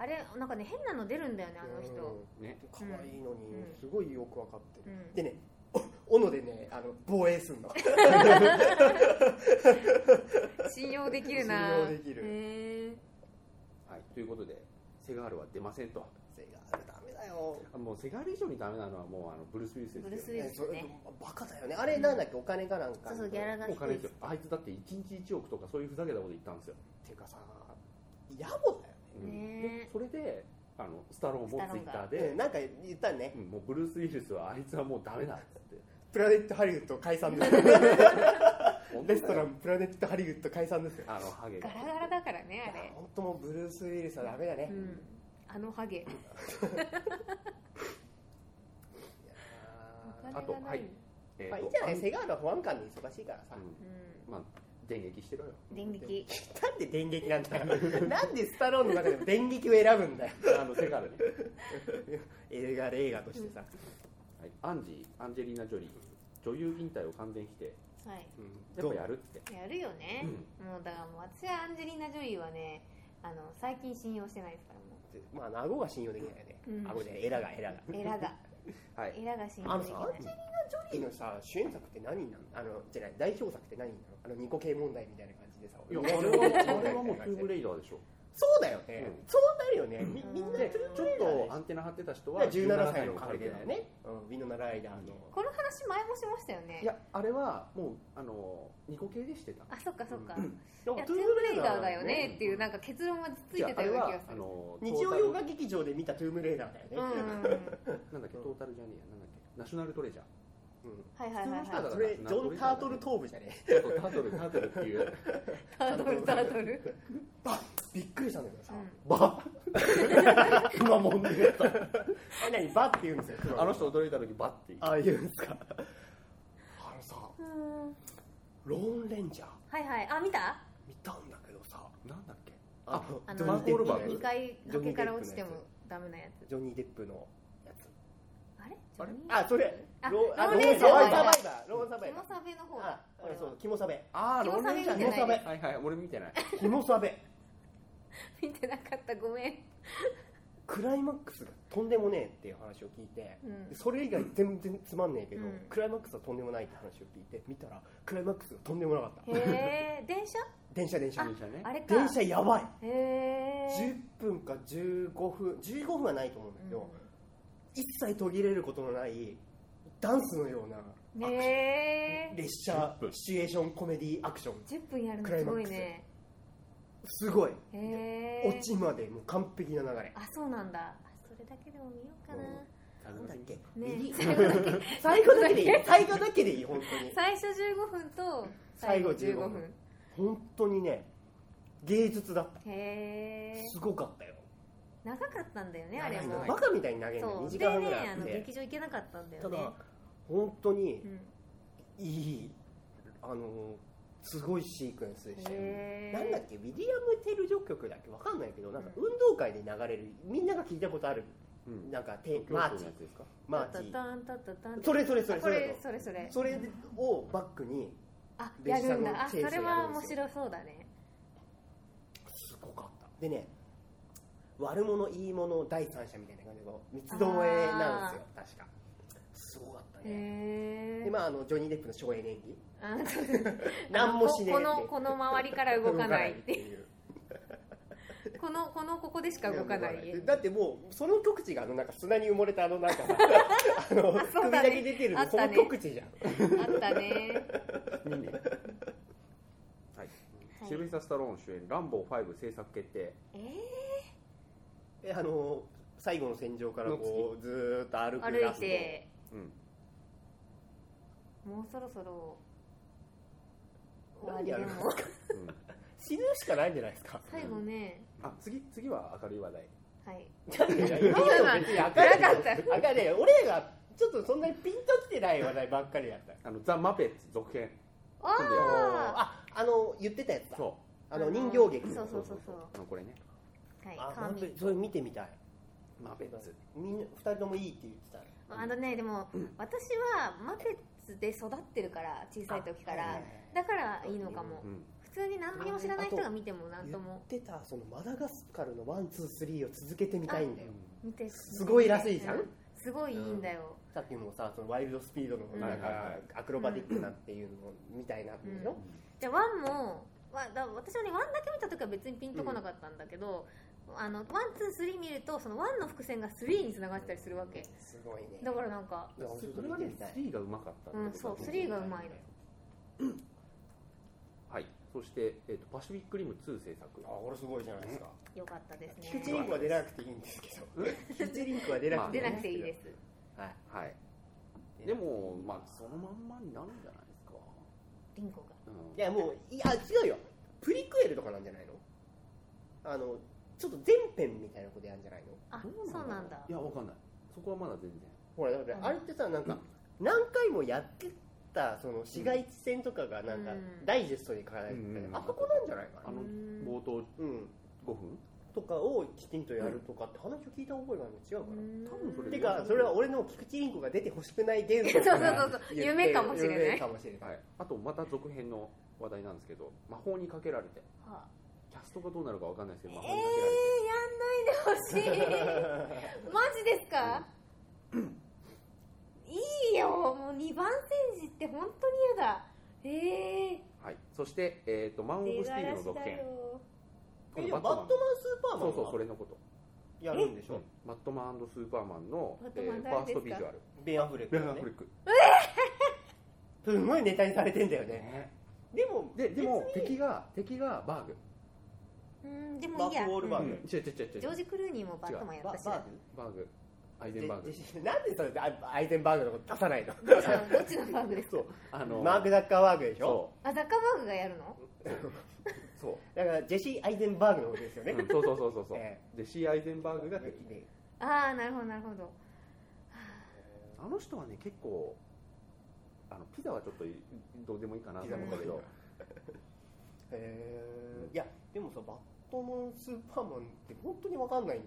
[SPEAKER 2] あれなんかね変なの出るんだよねあの人
[SPEAKER 1] ね
[SPEAKER 3] 可愛いのに、
[SPEAKER 2] うん
[SPEAKER 3] すごいよくわかって
[SPEAKER 2] う
[SPEAKER 3] る、
[SPEAKER 2] ん
[SPEAKER 3] でね お斧でねあの防衛すんの
[SPEAKER 2] 信用できるな
[SPEAKER 3] 信用できる
[SPEAKER 2] へえ
[SPEAKER 1] はいということでセガールは出ませんと
[SPEAKER 3] セガールダメだよ
[SPEAKER 1] あもうセガール以上にダメなのはもうあのブルース・ウィリスですよ
[SPEAKER 2] ブルースウィリス
[SPEAKER 3] ねそれ
[SPEAKER 2] ね
[SPEAKER 3] バカだよねあれなんだっけ、お金かなんか
[SPEAKER 2] そうそうギャラが
[SPEAKER 1] もう金
[SPEAKER 2] 低い
[SPEAKER 1] ですよあいつだって1日1億とかそういうふざけたこと言ったんですよ、
[SPEAKER 3] てかさ野暮だよ
[SPEAKER 1] うん
[SPEAKER 2] ね
[SPEAKER 1] でそれであのスタローンもツイッター
[SPEAKER 3] ね
[SPEAKER 1] で
[SPEAKER 3] うん、なんか言ったね
[SPEAKER 1] うんもうブルース・ウィリスはあいつはもうダメだっつって
[SPEAKER 3] プラネットハリウッド解散です レストランプラネットハリウッド解散ですよ
[SPEAKER 1] あのハゲ
[SPEAKER 2] ガラガラだからねあれ
[SPEAKER 3] 本当もうブルース・ウィリスはダメだね、
[SPEAKER 2] う
[SPEAKER 3] い
[SPEAKER 2] んあのハゲ
[SPEAKER 3] や
[SPEAKER 2] お金
[SPEAKER 3] ー
[SPEAKER 2] が
[SPEAKER 1] あと
[SPEAKER 2] ない
[SPEAKER 1] はいえー
[SPEAKER 3] まあい
[SPEAKER 1] と
[SPEAKER 3] いんじゃない
[SPEAKER 1] あん
[SPEAKER 3] セガールは保安官で忙しいからさ、
[SPEAKER 1] う
[SPEAKER 2] うん
[SPEAKER 1] んまあ電撃してろよ
[SPEAKER 2] 電撃
[SPEAKER 3] なんで電撃なん だよなんでスタローンの中でも電撃を選ぶんだよ
[SPEAKER 1] あのセガールね、
[SPEAKER 3] 映画映画としてさ、
[SPEAKER 1] はい、アンジーアンジェリーナ・ジョリー女優引退を完全否定
[SPEAKER 2] はい
[SPEAKER 1] やっぱやるっつって
[SPEAKER 2] やるよね、もうだからもう私はアンジェリーナ・ジョリーはねあの最近信用してないですからも
[SPEAKER 3] まあ顎が信用できないよね、
[SPEAKER 2] うん
[SPEAKER 3] 顎じゃないエラがエラが
[SPEAKER 2] う エラ が
[SPEAKER 1] はい
[SPEAKER 2] エラが信
[SPEAKER 3] あ
[SPEAKER 2] 用
[SPEAKER 3] の
[SPEAKER 2] でき
[SPEAKER 3] さ
[SPEAKER 2] ない
[SPEAKER 3] アンジェリーナ・ジョリーのさ主演作って何になのあのじゃない代表作って何になのあのニコ系問題みたいな感じでさ
[SPEAKER 1] いや
[SPEAKER 3] ね
[SPEAKER 1] あれはあれはもうトゥームレイダーでしょ
[SPEAKER 3] そうだよね、
[SPEAKER 1] うん
[SPEAKER 3] そうなるよね、み
[SPEAKER 2] うん
[SPEAKER 3] みんな
[SPEAKER 1] で
[SPEAKER 3] トゥー
[SPEAKER 1] ちょ
[SPEAKER 3] ムレイダー
[SPEAKER 1] っ
[SPEAKER 3] だよね
[SPEAKER 1] とアンテナ張ってた人
[SPEAKER 3] だ
[SPEAKER 1] は
[SPEAKER 3] から17歳の壁だよね、うん、ウィノナ・ライダーの
[SPEAKER 2] この話前もしましたよね
[SPEAKER 1] いやあれはもうあのニコ系でしてた
[SPEAKER 2] あそっかそっか、
[SPEAKER 1] うんでも
[SPEAKER 2] いや
[SPEAKER 1] ト
[SPEAKER 2] ト
[SPEAKER 1] ゥー
[SPEAKER 2] ゥー
[SPEAKER 1] ム
[SPEAKER 2] ム
[SPEAKER 1] レ
[SPEAKER 2] レ
[SPEAKER 1] イ
[SPEAKER 2] イ
[SPEAKER 1] ダー
[SPEAKER 2] ダ
[SPEAKER 1] は
[SPEAKER 2] ーだよねっていうなんか結論はついてたような気が
[SPEAKER 1] あれ
[SPEAKER 2] する
[SPEAKER 1] はあの
[SPEAKER 3] 日曜洋画劇場で見たトゥームレイダーだよ
[SPEAKER 2] う
[SPEAKER 3] ね、
[SPEAKER 2] んうんうん
[SPEAKER 1] なんだっけトータルじゃねえやなんだっけナショナルトレジャー
[SPEAKER 3] うん
[SPEAKER 2] はいはいはい
[SPEAKER 1] 普通の人
[SPEAKER 2] は
[SPEAKER 1] だ
[SPEAKER 2] い
[SPEAKER 3] それジョン・タートル頭部じゃね
[SPEAKER 1] ちょっとタートルタートルっていう
[SPEAKER 2] ター トルタートル
[SPEAKER 3] びっくりしたんだけどさ、
[SPEAKER 2] う
[SPEAKER 1] バッ今もんでやった
[SPEAKER 3] え何バって言うんですよ黒 の
[SPEAKER 1] あの人驚いた時バッて
[SPEAKER 3] ああ言うんですかあのさ
[SPEAKER 2] うん
[SPEAKER 3] ローンレンジャー
[SPEAKER 2] はいはいあ見た
[SPEAKER 3] 見たんだけどさ
[SPEAKER 1] なんだっけ
[SPEAKER 3] あ
[SPEAKER 2] あ
[SPEAKER 1] ドラ
[SPEAKER 2] の
[SPEAKER 1] ゴンボールバーグ
[SPEAKER 2] 2階崖から落ちてもダメなやつ
[SPEAKER 3] ジョニー・デップのやつ
[SPEAKER 2] あれ
[SPEAKER 3] あれ
[SPEAKER 2] ジョニー
[SPEAKER 3] あそれ
[SPEAKER 2] あ
[SPEAKER 3] ローあ
[SPEAKER 2] ロ
[SPEAKER 3] ロ
[SPEAKER 2] ーン
[SPEAKER 3] ー
[SPEAKER 2] レ
[SPEAKER 3] ン
[SPEAKER 2] ンジ
[SPEAKER 3] サ
[SPEAKER 1] ャー
[SPEAKER 3] バイバーローンサバ
[SPEAKER 2] キ
[SPEAKER 3] イバ
[SPEAKER 2] モ
[SPEAKER 3] ー
[SPEAKER 2] サベの方
[SPEAKER 3] あ
[SPEAKER 2] だ
[SPEAKER 3] これそうキモサベ
[SPEAKER 1] あ
[SPEAKER 2] キモサベ見て
[SPEAKER 3] ローンレンジャー
[SPEAKER 2] ない
[SPEAKER 1] はいはい俺見てない
[SPEAKER 3] キモサベ
[SPEAKER 2] 見てなかったごめん
[SPEAKER 3] クライマックスがとんでもねえっていう話を聞いて
[SPEAKER 2] うん
[SPEAKER 3] でそれ以外全然つまんねえけど、
[SPEAKER 2] うん
[SPEAKER 3] クライマックスはとんでもないって話を聞いて見たらクライマックスがとんでもなかった
[SPEAKER 2] へえ電車
[SPEAKER 3] 電車電車
[SPEAKER 1] 電車ね
[SPEAKER 2] あれか
[SPEAKER 3] 電車やばい
[SPEAKER 2] へえ
[SPEAKER 3] 10分か15分15分はないと思うんだけど、一切途切れることのないダンスのようなアクション
[SPEAKER 2] ねえ
[SPEAKER 3] 列車
[SPEAKER 1] 10分
[SPEAKER 3] シチュエーションコメディアクション
[SPEAKER 2] 10分やるのすごいね
[SPEAKER 3] すごい
[SPEAKER 2] へえ
[SPEAKER 3] 落ちまでもう完璧な流れ
[SPEAKER 2] あそうなんだあそれだけでも見ようかな
[SPEAKER 3] なんだっけ
[SPEAKER 2] ねえ
[SPEAKER 3] 最後だけでいい最後だけでいい本
[SPEAKER 2] 最初15分と最
[SPEAKER 3] 最後
[SPEAKER 2] 後15
[SPEAKER 3] 15分
[SPEAKER 2] 分
[SPEAKER 3] 当に本当にね芸術だった
[SPEAKER 2] へえ
[SPEAKER 3] すごかったよ
[SPEAKER 2] 長かったんだよねあれ
[SPEAKER 1] 長い
[SPEAKER 2] も
[SPEAKER 3] バカみたいに投げる
[SPEAKER 2] そ
[SPEAKER 3] の
[SPEAKER 2] う
[SPEAKER 3] 2時
[SPEAKER 2] で
[SPEAKER 3] 間半ぐらい
[SPEAKER 2] ね
[SPEAKER 3] あ
[SPEAKER 2] あ
[SPEAKER 3] っ
[SPEAKER 2] の
[SPEAKER 3] て
[SPEAKER 2] 劇場行けなかったんだ
[SPEAKER 3] た
[SPEAKER 2] よね
[SPEAKER 3] だ本当に
[SPEAKER 2] うん
[SPEAKER 3] いいあのすごいシークエンスでしたよ
[SPEAKER 2] へえ
[SPEAKER 3] なんだっけウィリアム・テル序曲だっけわかんないけどなんか運動会で流れるみんなが聞いたことある
[SPEAKER 1] うん
[SPEAKER 3] なんかテー
[SPEAKER 1] マ
[SPEAKER 3] マ
[SPEAKER 1] ー
[SPEAKER 3] ー
[SPEAKER 1] チ
[SPEAKER 3] チ
[SPEAKER 1] のやつですか
[SPEAKER 3] マーチ
[SPEAKER 2] タタンタタタン
[SPEAKER 3] それそれそ
[SPEAKER 2] あ
[SPEAKER 3] れ
[SPEAKER 2] こ
[SPEAKER 3] そ
[SPEAKER 2] れ
[SPEAKER 3] れ
[SPEAKER 2] それそれ
[SPEAKER 3] それをバックに
[SPEAKER 2] あや
[SPEAKER 3] 列車
[SPEAKER 2] る
[SPEAKER 3] の
[SPEAKER 2] んだあそ
[SPEAKER 3] チェイスを
[SPEAKER 2] れ
[SPEAKER 3] や
[SPEAKER 2] は
[SPEAKER 3] るん
[SPEAKER 2] 面
[SPEAKER 3] ですよ
[SPEAKER 2] 白そうだね
[SPEAKER 3] すごかったでね悪者いい者第三者みたいな感じの三つどもえなんですよ確かすすごかったね、
[SPEAKER 2] へ
[SPEAKER 3] でまあ、あのジョニー・デップの省エネ演技
[SPEAKER 2] あのそうです
[SPEAKER 3] 何もしねえ
[SPEAKER 2] このこの周りから動かないって
[SPEAKER 3] いう
[SPEAKER 2] このこのここでしか動かない
[SPEAKER 3] だってもうその極地があのなんか砂に埋もれたあのなんかさあの
[SPEAKER 2] あ そ
[SPEAKER 3] 首
[SPEAKER 2] うだね
[SPEAKER 3] だけ出てる
[SPEAKER 2] あ
[SPEAKER 3] の
[SPEAKER 2] っ
[SPEAKER 3] そ
[SPEAKER 2] た
[SPEAKER 3] の
[SPEAKER 2] ね
[SPEAKER 3] 極地じゃん
[SPEAKER 2] あったね
[SPEAKER 1] いいねはい
[SPEAKER 2] はい
[SPEAKER 1] シルビサ・スタローン主演「ランボー5」制作決定
[SPEAKER 2] え
[SPEAKER 3] えあの最後の戦場からこうずーっと歩
[SPEAKER 2] ー、
[SPEAKER 3] く
[SPEAKER 2] 歩
[SPEAKER 3] ラ
[SPEAKER 2] い
[SPEAKER 3] スト
[SPEAKER 2] て
[SPEAKER 1] うん
[SPEAKER 2] もうそろそろ終わ
[SPEAKER 3] 何
[SPEAKER 2] り
[SPEAKER 3] や
[SPEAKER 2] で
[SPEAKER 3] るんです
[SPEAKER 2] も
[SPEAKER 3] か
[SPEAKER 1] うん
[SPEAKER 3] 死ぬしかないんじゃないですか
[SPEAKER 2] 最後ね
[SPEAKER 1] あ次次は明るい話題
[SPEAKER 2] はい
[SPEAKER 3] 何で今までも別に赤い
[SPEAKER 2] 暗かっ
[SPEAKER 3] 赤で俺らがちょっとそんなにピンときてない話題ばっかりだった
[SPEAKER 1] あのザ・マペッツ続編
[SPEAKER 2] あ
[SPEAKER 3] ああの言ってたやつだ
[SPEAKER 1] そ
[SPEAKER 3] あの人形劇
[SPEAKER 2] そ
[SPEAKER 3] の
[SPEAKER 2] うそうそうそう
[SPEAKER 1] あのこれね
[SPEAKER 2] ーはい
[SPEAKER 3] あ
[SPEAKER 2] 神
[SPEAKER 3] それ見てみたい
[SPEAKER 1] マペッツ
[SPEAKER 3] みんな2人ともいいって言ってた
[SPEAKER 2] あのねでも、私はマペッツで育ってるから小さい時か
[SPEAKER 3] あはい
[SPEAKER 2] ら
[SPEAKER 3] はいはい
[SPEAKER 2] だからいいのかも、
[SPEAKER 1] うん
[SPEAKER 2] 普通に何にも知らない人が見ても何
[SPEAKER 3] 言
[SPEAKER 2] とも
[SPEAKER 3] ってたそのマダガスカルのワンツースリーを続けてみたいんだよ
[SPEAKER 2] 見て
[SPEAKER 3] すごいらしいじゃん
[SPEAKER 2] うすごいいいんだよ、
[SPEAKER 3] さっきもさそのワイルドスピードのなん
[SPEAKER 1] はいはいは
[SPEAKER 3] か
[SPEAKER 1] い
[SPEAKER 3] アクロバティックなっていうのみたいなのよ
[SPEAKER 2] じゃあワンもわだ私はねワンだけ見た時は別にピンとこなかったんだけど、あのワンツースリー見るとそのワンの伏線がスリーにつながってたりするわけ
[SPEAKER 3] すごいね
[SPEAKER 2] だからなんか
[SPEAKER 3] いや俺ちょっ
[SPEAKER 1] そ
[SPEAKER 3] と
[SPEAKER 1] れ
[SPEAKER 3] 見
[SPEAKER 1] は
[SPEAKER 3] て
[SPEAKER 1] ね
[SPEAKER 3] みたい
[SPEAKER 1] 3がうまかったって
[SPEAKER 2] う
[SPEAKER 1] こ
[SPEAKER 2] ん
[SPEAKER 1] と
[SPEAKER 2] そう
[SPEAKER 1] だと思
[SPEAKER 2] 3がうまいの
[SPEAKER 1] はいそして、えっとパシフィックリム2制作
[SPEAKER 3] あこれすごいじゃないですか
[SPEAKER 2] よかったです
[SPEAKER 3] 菊
[SPEAKER 2] ね
[SPEAKER 3] 池リンクは出なくていいんですけど菊池リンクは出なくて
[SPEAKER 2] 出なくていいです
[SPEAKER 3] はい
[SPEAKER 1] はいでもまあそのまんまになるんじゃないですか
[SPEAKER 2] リンコが
[SPEAKER 1] うん
[SPEAKER 3] いやもういや違うよプリクエルとかなんじゃないのあのちょっと前編みたいなことやるんじゃないの
[SPEAKER 2] あ
[SPEAKER 1] ど
[SPEAKER 2] そうなんだ
[SPEAKER 1] いやわかんないそこはまだ全然
[SPEAKER 3] ほらだから
[SPEAKER 2] うん
[SPEAKER 3] あれってさなんか何回もやってたその市街地戦とかがなんか
[SPEAKER 2] うん
[SPEAKER 3] ダイジェストに書かれて
[SPEAKER 1] うんうん
[SPEAKER 3] たあそこなんじゃないか
[SPEAKER 1] あ
[SPEAKER 3] な
[SPEAKER 1] の
[SPEAKER 2] うん
[SPEAKER 1] 冒頭
[SPEAKER 3] うん
[SPEAKER 1] 5分
[SPEAKER 3] とかをきちんとやるとかって話を聞いた覚えがあるの違うかな
[SPEAKER 1] 多分それ
[SPEAKER 3] てかそれは俺の菊池凛子が出てほしくない幻
[SPEAKER 2] そう
[SPEAKER 3] 想
[SPEAKER 2] そう
[SPEAKER 3] から
[SPEAKER 2] そうそう
[SPEAKER 3] 言ってる
[SPEAKER 2] 夢かもしれない
[SPEAKER 3] 夢かもしれない
[SPEAKER 1] はいあとまた続編の話題なんですけど魔法にかけられて
[SPEAKER 2] は
[SPEAKER 1] キャストがどうなるかわかんないですけど魔
[SPEAKER 2] え
[SPEAKER 1] 法にかけられて
[SPEAKER 2] ー、やん ないでほしいマジですか、いいよもう2番戦士って本当に嫌だええ
[SPEAKER 1] はい、そして、えー、とマン・オブ・
[SPEAKER 2] ー、
[SPEAKER 1] スティールの続
[SPEAKER 2] だ
[SPEAKER 1] 編
[SPEAKER 2] よ
[SPEAKER 1] こ
[SPEAKER 3] え
[SPEAKER 1] の
[SPEAKER 3] でもバットマンスーパーマ
[SPEAKER 1] そ
[SPEAKER 3] ン
[SPEAKER 1] うそうそ
[SPEAKER 3] が
[SPEAKER 1] れのこと
[SPEAKER 3] やるんでし
[SPEAKER 1] そう
[SPEAKER 3] ょ
[SPEAKER 1] バットマンスーパーマンの、
[SPEAKER 2] バッ
[SPEAKER 1] え
[SPEAKER 2] トマ
[SPEAKER 1] ー、フ
[SPEAKER 2] ン誰
[SPEAKER 1] ァース
[SPEAKER 2] です
[SPEAKER 1] ト
[SPEAKER 2] か
[SPEAKER 1] ビジュアル
[SPEAKER 3] ベン・アフレック
[SPEAKER 1] ベン・
[SPEAKER 3] が
[SPEAKER 1] ア
[SPEAKER 3] ね
[SPEAKER 1] フレック、
[SPEAKER 3] すごいネタにされてんだよね
[SPEAKER 1] ね
[SPEAKER 3] でも
[SPEAKER 1] ででも敵が敵がバーグ、
[SPEAKER 2] うんでもいいや
[SPEAKER 3] マークウォールバーグ
[SPEAKER 2] うん
[SPEAKER 1] 違う違う違う
[SPEAKER 2] ジョ
[SPEAKER 1] 違
[SPEAKER 2] ー
[SPEAKER 1] う
[SPEAKER 2] ジ・クルーニーもバットマンや
[SPEAKER 3] バ
[SPEAKER 2] ったし
[SPEAKER 3] バーグ
[SPEAKER 1] バーグアイゼンバーグ
[SPEAKER 3] ででなんでそれあアイゼンバーグのこと出さないの
[SPEAKER 2] そうどっちのバーグですか
[SPEAKER 1] そうあの
[SPEAKER 3] マーク・ザッカーバーグでしょ
[SPEAKER 1] そ
[SPEAKER 2] あザッカーバーグがやるの
[SPEAKER 1] うそう、
[SPEAKER 3] だからジェシー・アイゼンバーグのことですよね
[SPEAKER 1] うん、そうそうそうそうそう、
[SPEAKER 3] え
[SPEAKER 1] ジェシー・アイゼンバーグが敵
[SPEAKER 3] ね
[SPEAKER 2] ああなるほどなるほど
[SPEAKER 1] あの人はね結構あのピザはちょっといどうでもいいかなと思うんだけど、
[SPEAKER 3] えーいやでもさバットマンスーパーマンって本当に分かんないん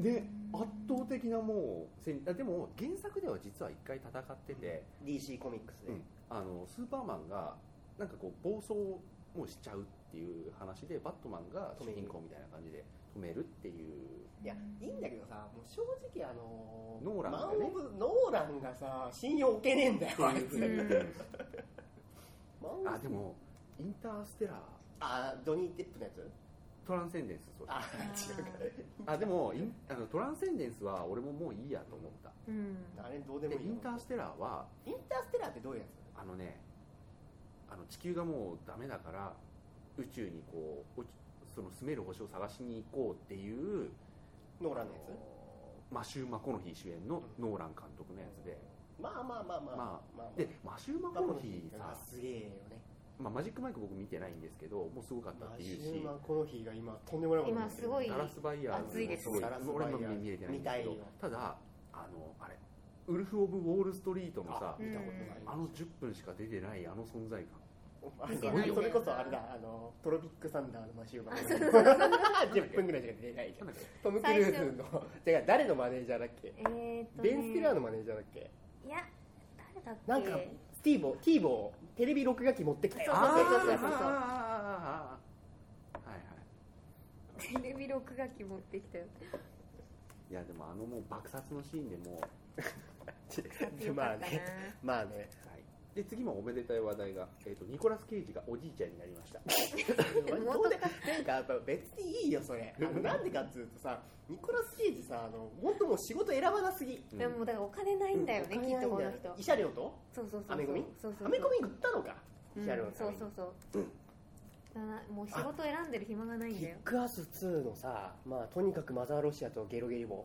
[SPEAKER 3] だよね
[SPEAKER 1] ね圧倒的なもう戦あでも原作では実は一回戦ってて、
[SPEAKER 3] DC コミックスで、
[SPEAKER 1] うんあのスーパーマンがなんかこう暴走をもうしちゃうっていう話でバットマンが主人公みたいな感じで止めるっていう
[SPEAKER 3] いやいいんだけどさもう正直あのー
[SPEAKER 1] ノーラン
[SPEAKER 3] マ
[SPEAKER 1] が
[SPEAKER 3] ン
[SPEAKER 1] ね
[SPEAKER 3] オブノーランがさ信用受けねえんだよあいつ
[SPEAKER 2] うん
[SPEAKER 3] マンオブ
[SPEAKER 1] あでもインターステラー
[SPEAKER 3] あドニー・デップのやつ
[SPEAKER 1] トランセンデンスそれ
[SPEAKER 3] あ違うか
[SPEAKER 1] あでもインあのトランセンデンスは俺ももういいやと思った
[SPEAKER 2] うん
[SPEAKER 3] らあれどうでも
[SPEAKER 1] で
[SPEAKER 3] いい
[SPEAKER 1] インターステラーは
[SPEAKER 3] インターステラーってどういうや
[SPEAKER 1] あのねあの地球がもうダメだから宇宙にこう落ちその住める星を探しに行こうっていう
[SPEAKER 3] つノーランのや
[SPEAKER 1] あのマシュー・マコノヒー主演のノーラン監督のやつで、
[SPEAKER 3] つまあまあまあまあ
[SPEAKER 1] ま
[SPEAKER 3] あ、まあ
[SPEAKER 1] でマシュー・マ
[SPEAKER 3] マ
[SPEAKER 1] コ
[SPEAKER 3] コ
[SPEAKER 1] ノ
[SPEAKER 3] ノ
[SPEAKER 1] ヒ
[SPEAKER 3] ヒ
[SPEAKER 1] ー
[SPEAKER 3] ー
[SPEAKER 1] さ
[SPEAKER 3] が、すげえよね
[SPEAKER 1] まあ、マジックマイク僕見てないんですけどもうすごかったっ
[SPEAKER 3] マ
[SPEAKER 1] て
[SPEAKER 3] シ
[SPEAKER 1] いう
[SPEAKER 3] ュ
[SPEAKER 1] し
[SPEAKER 3] ーマコノヒーが今とんでもないことになって
[SPEAKER 2] 今す
[SPEAKER 3] る
[SPEAKER 2] ごい
[SPEAKER 1] ガラスバイヤーズも
[SPEAKER 2] 熱いです
[SPEAKER 1] ごい
[SPEAKER 3] ガラスバイヤ
[SPEAKER 1] 俺
[SPEAKER 3] ーズ
[SPEAKER 1] も見れてないんですけど
[SPEAKER 3] 見たいよ
[SPEAKER 1] ただあのあれウルフ・オブ・ウォール・ストリートのさ
[SPEAKER 3] あ見たことない、
[SPEAKER 1] あの10分しか出てないあの存在感
[SPEAKER 3] あ
[SPEAKER 2] 見
[SPEAKER 1] てないんだよな
[SPEAKER 3] それこそあれだあのトロピックサンダーのマシューマン10 分ぐらいしか出ないじゃ
[SPEAKER 1] なん
[SPEAKER 3] ん
[SPEAKER 1] だっけ
[SPEAKER 3] トム・クルーズの違う誰のマネージャーだっけ
[SPEAKER 2] えー、っとね
[SPEAKER 3] ベン・スティラーのマネージャーだっけ
[SPEAKER 2] いや誰だっけ
[SPEAKER 3] なんかスティーボーティーボーテレビ録画機持ってきたよ
[SPEAKER 2] そうそうそうそう
[SPEAKER 1] あーあーあーあーあーはいはい
[SPEAKER 2] テレビ録画機持ってきたよ
[SPEAKER 1] いやでもあのもう爆殺のシーンでもう
[SPEAKER 3] って
[SPEAKER 2] ってよ
[SPEAKER 3] ま
[SPEAKER 2] か
[SPEAKER 3] あ
[SPEAKER 2] ったな
[SPEAKER 3] ねまあね
[SPEAKER 1] はい、で次もおめでたい話題が、えー、とニコラス・ケイジがおじいちゃんになりました
[SPEAKER 3] どうだなんかやっぱ別にいいよそ れあのなんでかっつうとさニコラス・ケイジさあの本当もう仕事選ばなすぎ
[SPEAKER 2] でももうだからお金ないんだよね、きっとこの人
[SPEAKER 3] 慰謝料と
[SPEAKER 2] そうそうそう
[SPEAKER 3] アメコミ
[SPEAKER 2] そうそうそう
[SPEAKER 3] アメコミ行ったのか
[SPEAKER 2] うん
[SPEAKER 3] 慰謝料のた
[SPEAKER 2] そ
[SPEAKER 3] め
[SPEAKER 2] う
[SPEAKER 3] に
[SPEAKER 2] そうそう、だなもう仕事選んでる暇がないん
[SPEAKER 3] キ
[SPEAKER 2] だよ
[SPEAKER 3] ックアス2のさまあとにかくマザーロシアとゲロゲリ棒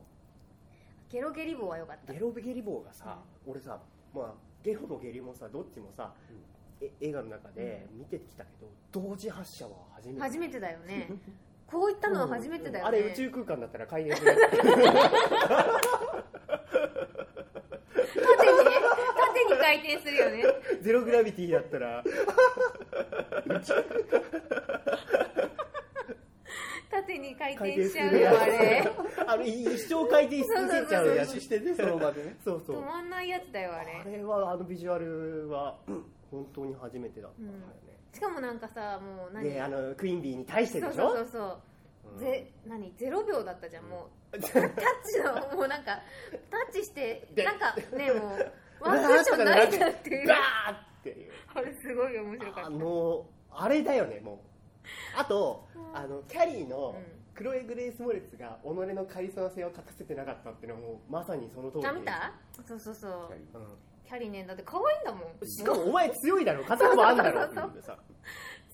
[SPEAKER 2] ゲロゲリ棒は良かった
[SPEAKER 3] ゲロゲリ棒がさ、俺さまあゲロもゲリもさどっちもさ、え映画の中で見てきたけど同時発射は初めて
[SPEAKER 2] 初めてだよ ねこういったのは初めてだよね、
[SPEAKER 3] あれ宇宙空間だったら回転する
[SPEAKER 2] 縦にね縦に回転するよね
[SPEAKER 3] ゼログラビティだったら
[SPEAKER 2] 縦に回
[SPEAKER 3] 回
[SPEAKER 2] 転
[SPEAKER 3] 転
[SPEAKER 2] し
[SPEAKER 3] す
[SPEAKER 2] ちゃう
[SPEAKER 3] る
[SPEAKER 2] よあれ
[SPEAKER 3] あれ一生回転し続けちゃうやつ
[SPEAKER 1] してねその場でね
[SPEAKER 3] そうそ
[SPEAKER 2] 止
[SPEAKER 3] う
[SPEAKER 2] まんないやつだよあ
[SPEAKER 3] あ
[SPEAKER 2] れ
[SPEAKER 3] れはあのビジュアルは本当に初めてだったんだよ
[SPEAKER 2] しかもなんかさもう
[SPEAKER 3] ね、
[SPEAKER 2] 何、
[SPEAKER 3] であのクイーンビーに対して
[SPEAKER 2] そ
[SPEAKER 3] で
[SPEAKER 2] う
[SPEAKER 3] しょ
[SPEAKER 2] そうそうそう
[SPEAKER 3] うん
[SPEAKER 2] ぜ何ゼロ秒だったじゃんもうタッチのもうなんかタッチして
[SPEAKER 3] で
[SPEAKER 2] なんかねもう ワンクッションないんだっていう
[SPEAKER 3] バーっていう
[SPEAKER 2] あれすごい面白かっ
[SPEAKER 3] あ
[SPEAKER 2] た
[SPEAKER 3] のあれだよねもうあと
[SPEAKER 2] うん
[SPEAKER 3] あのキャリーの
[SPEAKER 2] うん
[SPEAKER 3] クロエ・グレイス・モレツが己のカリスマ性を隠せてなかったっていうのはもうまさにその通りで
[SPEAKER 2] あ見たそうそうそう
[SPEAKER 3] う
[SPEAKER 2] キャリーねだって可愛いんだもん
[SPEAKER 3] ん、しかもお前強いだろ片方あんだろっていうんでさ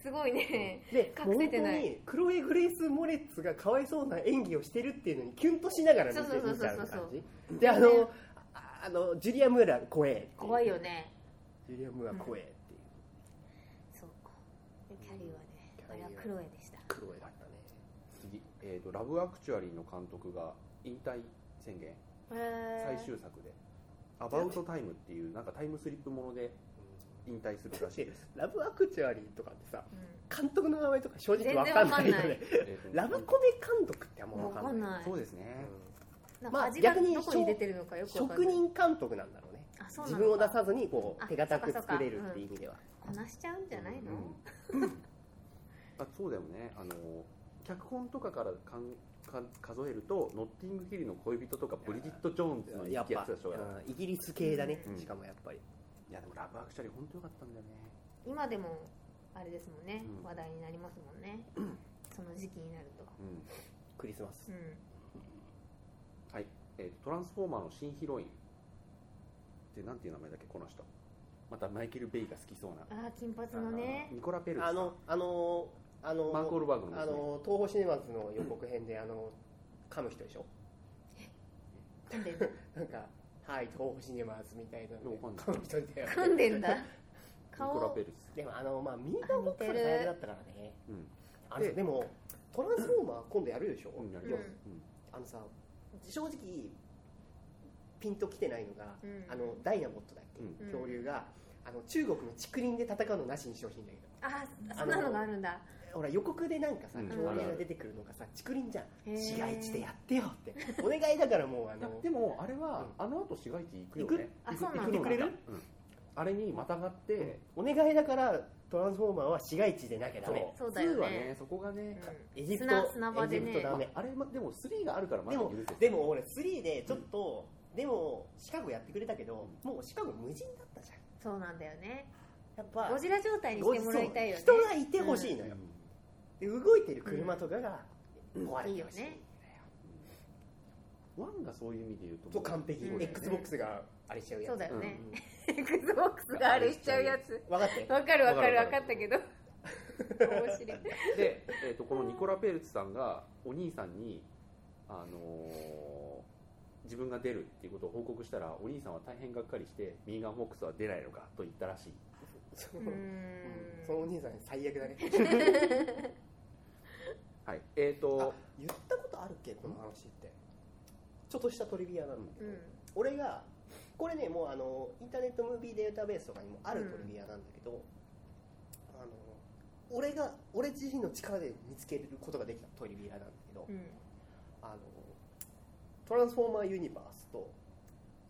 [SPEAKER 2] すごいね
[SPEAKER 3] で
[SPEAKER 2] 隠せてない
[SPEAKER 3] 本当にクロエ・グレイス・モレッツがかわいそうな演技をしてるっていうのにキュンとしながら見て
[SPEAKER 2] そうそうそうそう
[SPEAKER 3] 見ちゃ
[SPEAKER 2] そうう
[SPEAKER 3] 感じであのああのジュリア・ムーラ怖えってう
[SPEAKER 2] 怖いよね
[SPEAKER 3] ジュリア・ムーラ怖えっていう
[SPEAKER 2] そうでキャリーはね
[SPEAKER 3] キャ
[SPEAKER 2] あ
[SPEAKER 3] リ
[SPEAKER 2] れ
[SPEAKER 3] ー
[SPEAKER 2] は
[SPEAKER 3] は
[SPEAKER 2] クロエでした
[SPEAKER 3] クロエだったね
[SPEAKER 1] 次、えーと「ラブ・アクチュアリー」の監督が引退宣言最終作で「アバウト・タイム」っていうなんかタイムスリップもので引退するらしいです
[SPEAKER 3] ラブアクチュアリーとかってさ
[SPEAKER 2] う
[SPEAKER 3] 監督の名前とか正直わかんない
[SPEAKER 2] 全
[SPEAKER 3] よ
[SPEAKER 2] 然わ
[SPEAKER 3] ね
[SPEAKER 1] えーと
[SPEAKER 3] ラブコメ監督ってあんま
[SPEAKER 2] ん
[SPEAKER 3] わ
[SPEAKER 2] わ
[SPEAKER 3] か
[SPEAKER 2] か
[SPEAKER 3] ん
[SPEAKER 2] ん
[SPEAKER 3] ない
[SPEAKER 2] ない
[SPEAKER 1] そうですね、
[SPEAKER 2] なん
[SPEAKER 3] ま
[SPEAKER 2] か
[SPEAKER 3] あ
[SPEAKER 2] 味が
[SPEAKER 3] 逆に
[SPEAKER 2] どこに出てるのかよくわかん
[SPEAKER 3] 職
[SPEAKER 2] ない
[SPEAKER 3] 人監督なんだろうね
[SPEAKER 2] あそうな
[SPEAKER 3] 自
[SPEAKER 2] の
[SPEAKER 3] 分を出さずにこ
[SPEAKER 2] あ
[SPEAKER 3] う手堅
[SPEAKER 2] そ
[SPEAKER 3] く
[SPEAKER 2] っかそっか
[SPEAKER 3] 作れるっていう意味では
[SPEAKER 2] こなしちゃうんじゃないの
[SPEAKER 1] うんうんあそうだよねあの脚本とかからかんか数えると「ノッティングヒルの恋人」とか「ブリジット・ジョーンズ」の
[SPEAKER 3] やっ
[SPEAKER 1] や
[SPEAKER 3] ぱ
[SPEAKER 1] つでしょい
[SPEAKER 3] うんイギリス系だね
[SPEAKER 1] うん
[SPEAKER 3] しかもやっぱり
[SPEAKER 1] やでも「ラブ・アクチュアリー」本当よかったんだよね
[SPEAKER 2] 今でもあれですもんね、
[SPEAKER 1] うん
[SPEAKER 2] 話題になりますもんね、その時期になると、
[SPEAKER 1] うん
[SPEAKER 3] クリスマス
[SPEAKER 2] うん、
[SPEAKER 1] はい、えートランスフォーマーの新ヒロインってなんていう名前だっけこの人またマイケル・ベイが好きそうな
[SPEAKER 2] ああ金髪のね
[SPEAKER 1] ニコラ・ペルス
[SPEAKER 3] あのあのーあの
[SPEAKER 1] マーク・オールバーグの
[SPEAKER 3] あ
[SPEAKER 1] 娘
[SPEAKER 3] のー東宝シネマズの予告編であの噛む人でしょ
[SPEAKER 2] 噛んでん だ
[SPEAKER 3] なんかはい東宝シネマズみたいなので
[SPEAKER 1] わか
[SPEAKER 3] 噛
[SPEAKER 1] んない
[SPEAKER 3] む人だよ
[SPEAKER 2] 噛んでんだ
[SPEAKER 1] ニコラ・
[SPEAKER 2] 顔
[SPEAKER 1] ペルス、
[SPEAKER 3] でもあのまあみんな思って
[SPEAKER 2] あ似
[SPEAKER 3] る
[SPEAKER 2] てる
[SPEAKER 3] 大変だったからね
[SPEAKER 1] うん
[SPEAKER 3] あの
[SPEAKER 1] で
[SPEAKER 3] でもトランスフォーマー今度やるでしょ
[SPEAKER 1] うんやり
[SPEAKER 2] よ
[SPEAKER 1] ますうん
[SPEAKER 3] あのさ正直ピンときてないのが、
[SPEAKER 2] うん
[SPEAKER 3] あのダイナモットだっけ、
[SPEAKER 1] うん
[SPEAKER 3] 恐竜があの中国の竹林で戦うのなしにしてほしいんだけど
[SPEAKER 2] ああそんなのがあるんだ
[SPEAKER 3] ほら予告でなんかさ
[SPEAKER 1] うん
[SPEAKER 3] 恐竜が出てくるのがさ竹林じゃ
[SPEAKER 2] へー
[SPEAKER 3] ん市街地でやってよってお願いだからもうあ
[SPEAKER 1] いや
[SPEAKER 3] の
[SPEAKER 1] でもあれは、あの後市街地行くよね
[SPEAKER 2] 行くあそうな
[SPEAKER 1] の
[SPEAKER 2] んだ
[SPEAKER 3] 行ってくれる
[SPEAKER 1] うんあれにまたがって、
[SPEAKER 3] お願いだからトランスフォーマーは市街地でなきゃダメ
[SPEAKER 2] そうだよね
[SPEAKER 1] 2はねそこがね、
[SPEAKER 2] う
[SPEAKER 3] エジプ
[SPEAKER 2] 砂
[SPEAKER 3] ト
[SPEAKER 2] 砂場でね
[SPEAKER 3] エジプトダメ
[SPEAKER 1] あれまでも3があるからまだ
[SPEAKER 3] で
[SPEAKER 1] 許
[SPEAKER 3] も
[SPEAKER 1] せる
[SPEAKER 3] でも俺3でちょっと、でもシカゴやってくれたけどもうシカゴ無人だったじゃん
[SPEAKER 2] そうなんだよね
[SPEAKER 3] やっぱ
[SPEAKER 2] ゴジラ状態にしてもらいたいよね
[SPEAKER 3] そう人がいてほしいの
[SPEAKER 1] うん
[SPEAKER 3] よ、で動いてる車とかが壊れ
[SPEAKER 2] いい
[SPEAKER 3] て
[SPEAKER 2] よ
[SPEAKER 3] ほしい、
[SPEAKER 2] ね
[SPEAKER 1] ワンがそういう意味で言うと
[SPEAKER 3] そう完璧、
[SPEAKER 2] うん
[SPEAKER 3] XBOX があれしちゃうやつ
[SPEAKER 2] そうだよ
[SPEAKER 1] うん
[SPEAKER 2] ね XBOX があれしちゃうやつ
[SPEAKER 3] 分かって
[SPEAKER 2] わかるわかる
[SPEAKER 1] わ
[SPEAKER 2] わ
[SPEAKER 1] か
[SPEAKER 2] か
[SPEAKER 1] る
[SPEAKER 2] ったけど面白い
[SPEAKER 1] で、えー、とこのニコラ・ペルツさんがお兄さんに、あのー自分が出るっていうことを報告したらお兄さんは大変がっかりしてミーガン・フォックスは出ないのかと言ったらしい
[SPEAKER 3] そうう
[SPEAKER 2] ー
[SPEAKER 3] うん
[SPEAKER 2] ん
[SPEAKER 3] そのお兄さん最悪だね
[SPEAKER 1] はいえっ、
[SPEAKER 3] あ
[SPEAKER 1] と
[SPEAKER 3] 言ったことあるっけこの話ってちょっとしたトリビアなんだけ
[SPEAKER 2] う
[SPEAKER 3] ど、
[SPEAKER 2] ん
[SPEAKER 3] 俺がこれねもうあのインターネットムービーデータベースとかにもあるトリビアなんだけど、あの俺が俺自身の力で見つけることができたトリビアなんだけど、
[SPEAKER 2] うん
[SPEAKER 3] あのトランスフォーマーユニバースと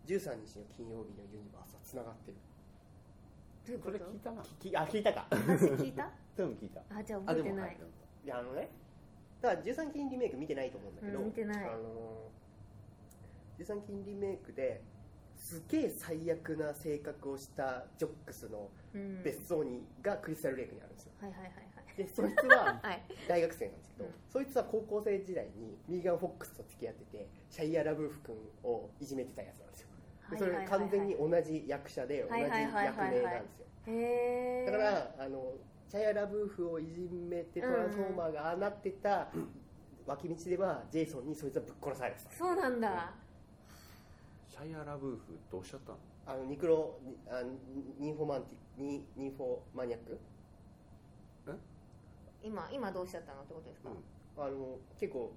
[SPEAKER 3] 13日の金曜日のユニバースはつながってる
[SPEAKER 2] どういう
[SPEAKER 1] そ
[SPEAKER 2] こ
[SPEAKER 1] れ
[SPEAKER 2] と
[SPEAKER 1] 聞いたな
[SPEAKER 3] 聞きあ聞いたか
[SPEAKER 2] 話聞いた
[SPEAKER 1] 多分聞いた
[SPEAKER 2] あじゃあ
[SPEAKER 1] あで
[SPEAKER 2] 覚えて
[SPEAKER 1] も
[SPEAKER 2] な
[SPEAKER 1] はいい
[SPEAKER 3] いやあのねだから13金リメイク見てないと思うんだけど、
[SPEAKER 2] うん見てない
[SPEAKER 3] あの13金リメイクですげえ最悪な性格をしたジョックスの
[SPEAKER 2] うん
[SPEAKER 3] 別荘にがクリスタルレイクにある んですよ
[SPEAKER 2] はいはいはい
[SPEAKER 3] でそいつは
[SPEAKER 2] はいはい
[SPEAKER 3] 大学生なんですけど、
[SPEAKER 2] うん
[SPEAKER 3] そいつは高校生時代にミーガン・フォックスと付き合っててシャイア・ラブーフ君をいじめてたやつなんですよでそれが完全に同じ役者で同
[SPEAKER 2] は
[SPEAKER 3] じ
[SPEAKER 2] い
[SPEAKER 3] 役
[SPEAKER 2] はい
[SPEAKER 3] 名
[SPEAKER 2] はいはいはい
[SPEAKER 3] なんですよ
[SPEAKER 2] へえ
[SPEAKER 3] だからあのシャイア・ラブーフをいじめてトランスフォーマーがああなってた脇道ではジェイソンにそいつはぶっ殺されて
[SPEAKER 2] そうなんだ
[SPEAKER 1] シャイア・ラブーフどうしちゃったの
[SPEAKER 3] たあのニクロあのニンフォマンティニニンフォマニアック
[SPEAKER 2] 今今どうしちゃったのってことですか、
[SPEAKER 1] うん
[SPEAKER 3] あの結構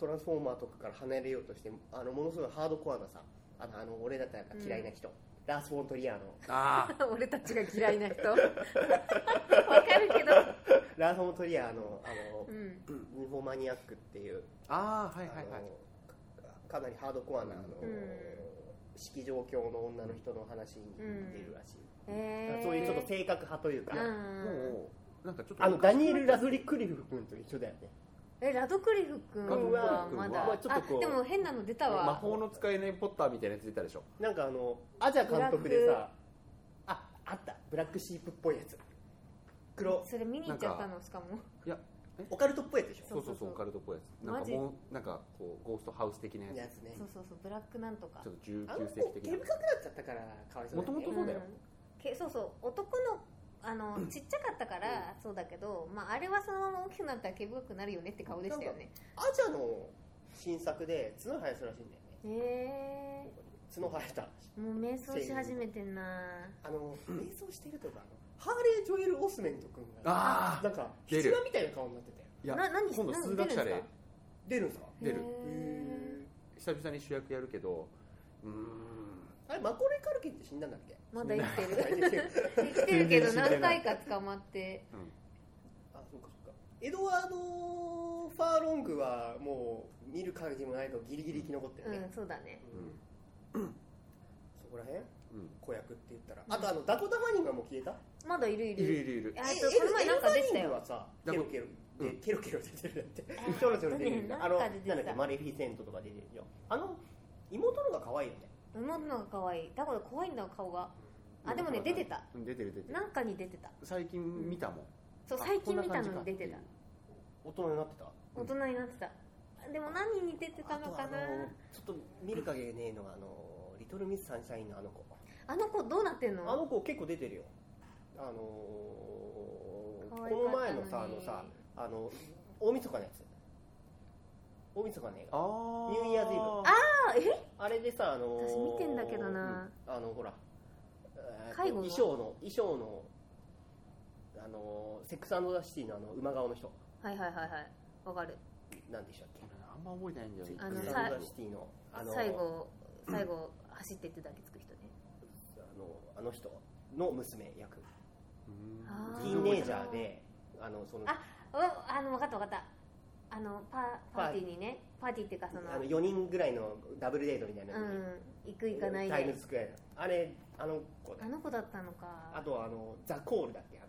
[SPEAKER 3] トランスフォーマーとかから離れようとしてあのものすごいハードコアなさあのあの俺だったら嫌いな人、ラース・フォントリアーの
[SPEAKER 1] ああ
[SPEAKER 2] 俺たちが嫌いな 人わかるけど、
[SPEAKER 3] ラース・フォントリアーのあの、
[SPEAKER 2] うん、
[SPEAKER 3] ニンフォマニアックっていう
[SPEAKER 1] ああはいはいはい
[SPEAKER 3] あのかかなりハードコアなあの、
[SPEAKER 2] うん
[SPEAKER 3] 色状況の女の人の話に似てるらしい、だか
[SPEAKER 2] え
[SPEAKER 3] ら
[SPEAKER 2] ー、
[SPEAKER 3] そういうちょっと性格派というか、
[SPEAKER 2] うん
[SPEAKER 1] もうなんかちょっと
[SPEAKER 3] あのダニエル・ラズリクリフ君と一緒だよね
[SPEAKER 2] えラドクリフ君はまだ
[SPEAKER 1] ま
[SPEAKER 3] あちょっとこう
[SPEAKER 2] あでも変なの出た
[SPEAKER 1] 魔
[SPEAKER 2] わ
[SPEAKER 1] 法の使えないポッターみたいなやつ出たでしょ
[SPEAKER 3] なんかあのアジャ監督で
[SPEAKER 2] ブ
[SPEAKER 3] さ
[SPEAKER 2] ラ
[SPEAKER 3] ああったブラックシープっぽいやつ黒
[SPEAKER 2] それ見に行っちゃったのしかも
[SPEAKER 3] オカルトっぽいやつでしょ
[SPEAKER 1] そうそうそうオカルトっぽいやつなん
[SPEAKER 2] マ
[SPEAKER 1] か
[SPEAKER 2] ジ
[SPEAKER 1] もうなんかこうゴーストハウス的なや
[SPEAKER 3] や
[SPEAKER 1] つ
[SPEAKER 3] つね
[SPEAKER 2] そうそうそうブラックなんとか
[SPEAKER 1] ちょっと
[SPEAKER 3] あ
[SPEAKER 1] 19
[SPEAKER 3] の子
[SPEAKER 1] 世紀的
[SPEAKER 3] 毛深くな
[SPEAKER 1] な
[SPEAKER 3] っちゃったからかわいそうだよ
[SPEAKER 1] 元
[SPEAKER 3] ね
[SPEAKER 1] 々そうだよ
[SPEAKER 2] んけそうそう男のあ のちっちゃかったからそうだけど、まあ、あれはそのまま大きくなったら毛深くなるよねって顔でしたよね
[SPEAKER 3] アジャの新作で角生やすらしいんだよね
[SPEAKER 2] へ
[SPEAKER 3] 角生えた
[SPEAKER 2] えもう瞑想し始めてんな
[SPEAKER 3] あの瞑想してるとかあのハーレー・ジョエル・オスメント君が
[SPEAKER 1] あー
[SPEAKER 3] なんか
[SPEAKER 1] 出る
[SPEAKER 3] ヒチラみたいな顔になってたよ
[SPEAKER 1] いや
[SPEAKER 2] な何
[SPEAKER 1] 今度
[SPEAKER 2] 何
[SPEAKER 1] 数学者で
[SPEAKER 3] 出るんですか
[SPEAKER 1] 出る
[SPEAKER 2] へ
[SPEAKER 1] 久々に主役やるけどうーん
[SPEAKER 3] あれマコレー・カルキンって死んだんだっ け
[SPEAKER 2] ーまだ生きてる
[SPEAKER 3] あ
[SPEAKER 2] 生きてるけど何回か捕ま って
[SPEAKER 3] そうかそうかエドワード・ファーロングはもう見る感じもないけどギリギリ生き残って
[SPEAKER 2] う
[SPEAKER 3] るね、
[SPEAKER 2] んそうだね
[SPEAKER 1] うん
[SPEAKER 3] そこら辺
[SPEAKER 1] うん
[SPEAKER 3] 子役って言ったらあとあのダコタ・ファニングはもう消えた
[SPEAKER 2] まだいるい
[SPEAKER 1] いるい
[SPEAKER 2] る
[SPEAKER 1] るいる
[SPEAKER 2] あ
[SPEAKER 3] え
[SPEAKER 2] とこの前なんか出てた
[SPEAKER 3] エ
[SPEAKER 2] よ
[SPEAKER 3] ルファニングはさ
[SPEAKER 1] だ
[SPEAKER 3] ケ
[SPEAKER 1] か
[SPEAKER 3] ロ
[SPEAKER 1] ら
[SPEAKER 3] ケロ
[SPEAKER 1] う
[SPEAKER 3] で
[SPEAKER 1] ん
[SPEAKER 3] ケロケロ出てるんだって ちょろちょろ出てるんだ
[SPEAKER 2] だ
[SPEAKER 3] あ
[SPEAKER 2] ね
[SPEAKER 3] の
[SPEAKER 2] なんか出てた
[SPEAKER 3] なんだっけマレフィセントとか出てるよあの妹の方が可愛いよね
[SPEAKER 2] 妹のが可愛いだから怖いんだ顔があでもね出てた
[SPEAKER 1] うん出てる出てる
[SPEAKER 2] なんかに出てた
[SPEAKER 1] 最近見たもん
[SPEAKER 2] そう
[SPEAKER 1] あ
[SPEAKER 2] 最近見
[SPEAKER 1] こん
[SPEAKER 2] た
[SPEAKER 1] な感じ
[SPEAKER 2] の
[SPEAKER 1] か
[SPEAKER 2] に出てた
[SPEAKER 3] 大人になってた
[SPEAKER 2] 大人になってたでも何に出てたのかな
[SPEAKER 3] あとあのちょっと見る影ねえのがあのリトルミスサンシャインのあの子
[SPEAKER 2] あの子どうなってんの
[SPEAKER 3] あの子結構出てるよあのー
[SPEAKER 2] 可愛かったのに
[SPEAKER 3] この前のさあのさあの大晦日のやつ大晦日の映画
[SPEAKER 1] ああ
[SPEAKER 3] ニューイヤーズイブ
[SPEAKER 2] あえ
[SPEAKER 3] あれでさあのー
[SPEAKER 2] 私見てんだけどな
[SPEAKER 3] あのほら、えーと
[SPEAKER 2] 介護の
[SPEAKER 3] 衣装の衣装のあのーセックスザ・シティのあの馬顔の人
[SPEAKER 2] はいはいはいはいわかる
[SPEAKER 3] なんでしたっけ
[SPEAKER 1] あんま覚えてないんだよね
[SPEAKER 2] あ
[SPEAKER 3] セ
[SPEAKER 2] の
[SPEAKER 3] ックス
[SPEAKER 2] さ
[SPEAKER 3] ザ・シティのあのー
[SPEAKER 2] 最後最後走ってってだけつく人ね
[SPEAKER 3] あのあの人の娘役
[SPEAKER 1] うん
[SPEAKER 2] あー
[SPEAKER 3] ティーンネイジャーであのその
[SPEAKER 2] あおあの分かった分かったあのパパーティーにねパーティーっていうかその
[SPEAKER 3] あの4人ぐらいのダブルデートみたいなやつ
[SPEAKER 2] うん行く行かない
[SPEAKER 3] タイム
[SPEAKER 2] で
[SPEAKER 3] ズスクエアあれあの子だ
[SPEAKER 2] あの子だったの
[SPEAKER 3] あ
[SPEAKER 2] か
[SPEAKER 3] とあのザ・コールだっけあの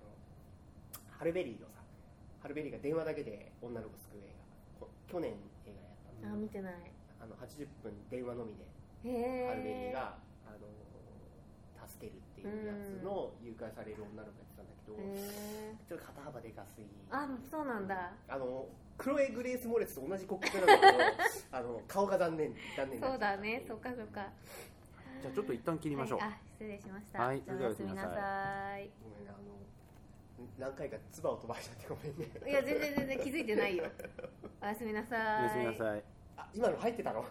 [SPEAKER 3] ハルベリーのさハルベリーが電話だけで女の子救う映画こ去年映画やったの
[SPEAKER 2] あ見てない
[SPEAKER 3] あの80分電話のみで
[SPEAKER 2] へ
[SPEAKER 3] ハルベリー
[SPEAKER 2] え
[SPEAKER 3] が、あの助けるっていうやつの誘拐される女の子やってたんだけど、ちょっと肩幅でかすぎ
[SPEAKER 2] あそうなんだ
[SPEAKER 3] あのクロエ・グレース・モレツと同じ骨格なん だけどあの顔が残念残念になっ
[SPEAKER 2] そう
[SPEAKER 3] ちゃ
[SPEAKER 2] だ
[SPEAKER 3] た
[SPEAKER 2] ねそっかそっか
[SPEAKER 1] じゃあちょっと一旦切りましょう
[SPEAKER 2] はい、あ失礼しました、
[SPEAKER 1] はい
[SPEAKER 2] じゃあおやすみなさい
[SPEAKER 3] ごめんねあの何回か唾を飛ばしちゃってごめんね
[SPEAKER 2] いや全然全然気づいてないよおやすみなさい
[SPEAKER 1] おやすみなさい
[SPEAKER 3] あ今の入ってたの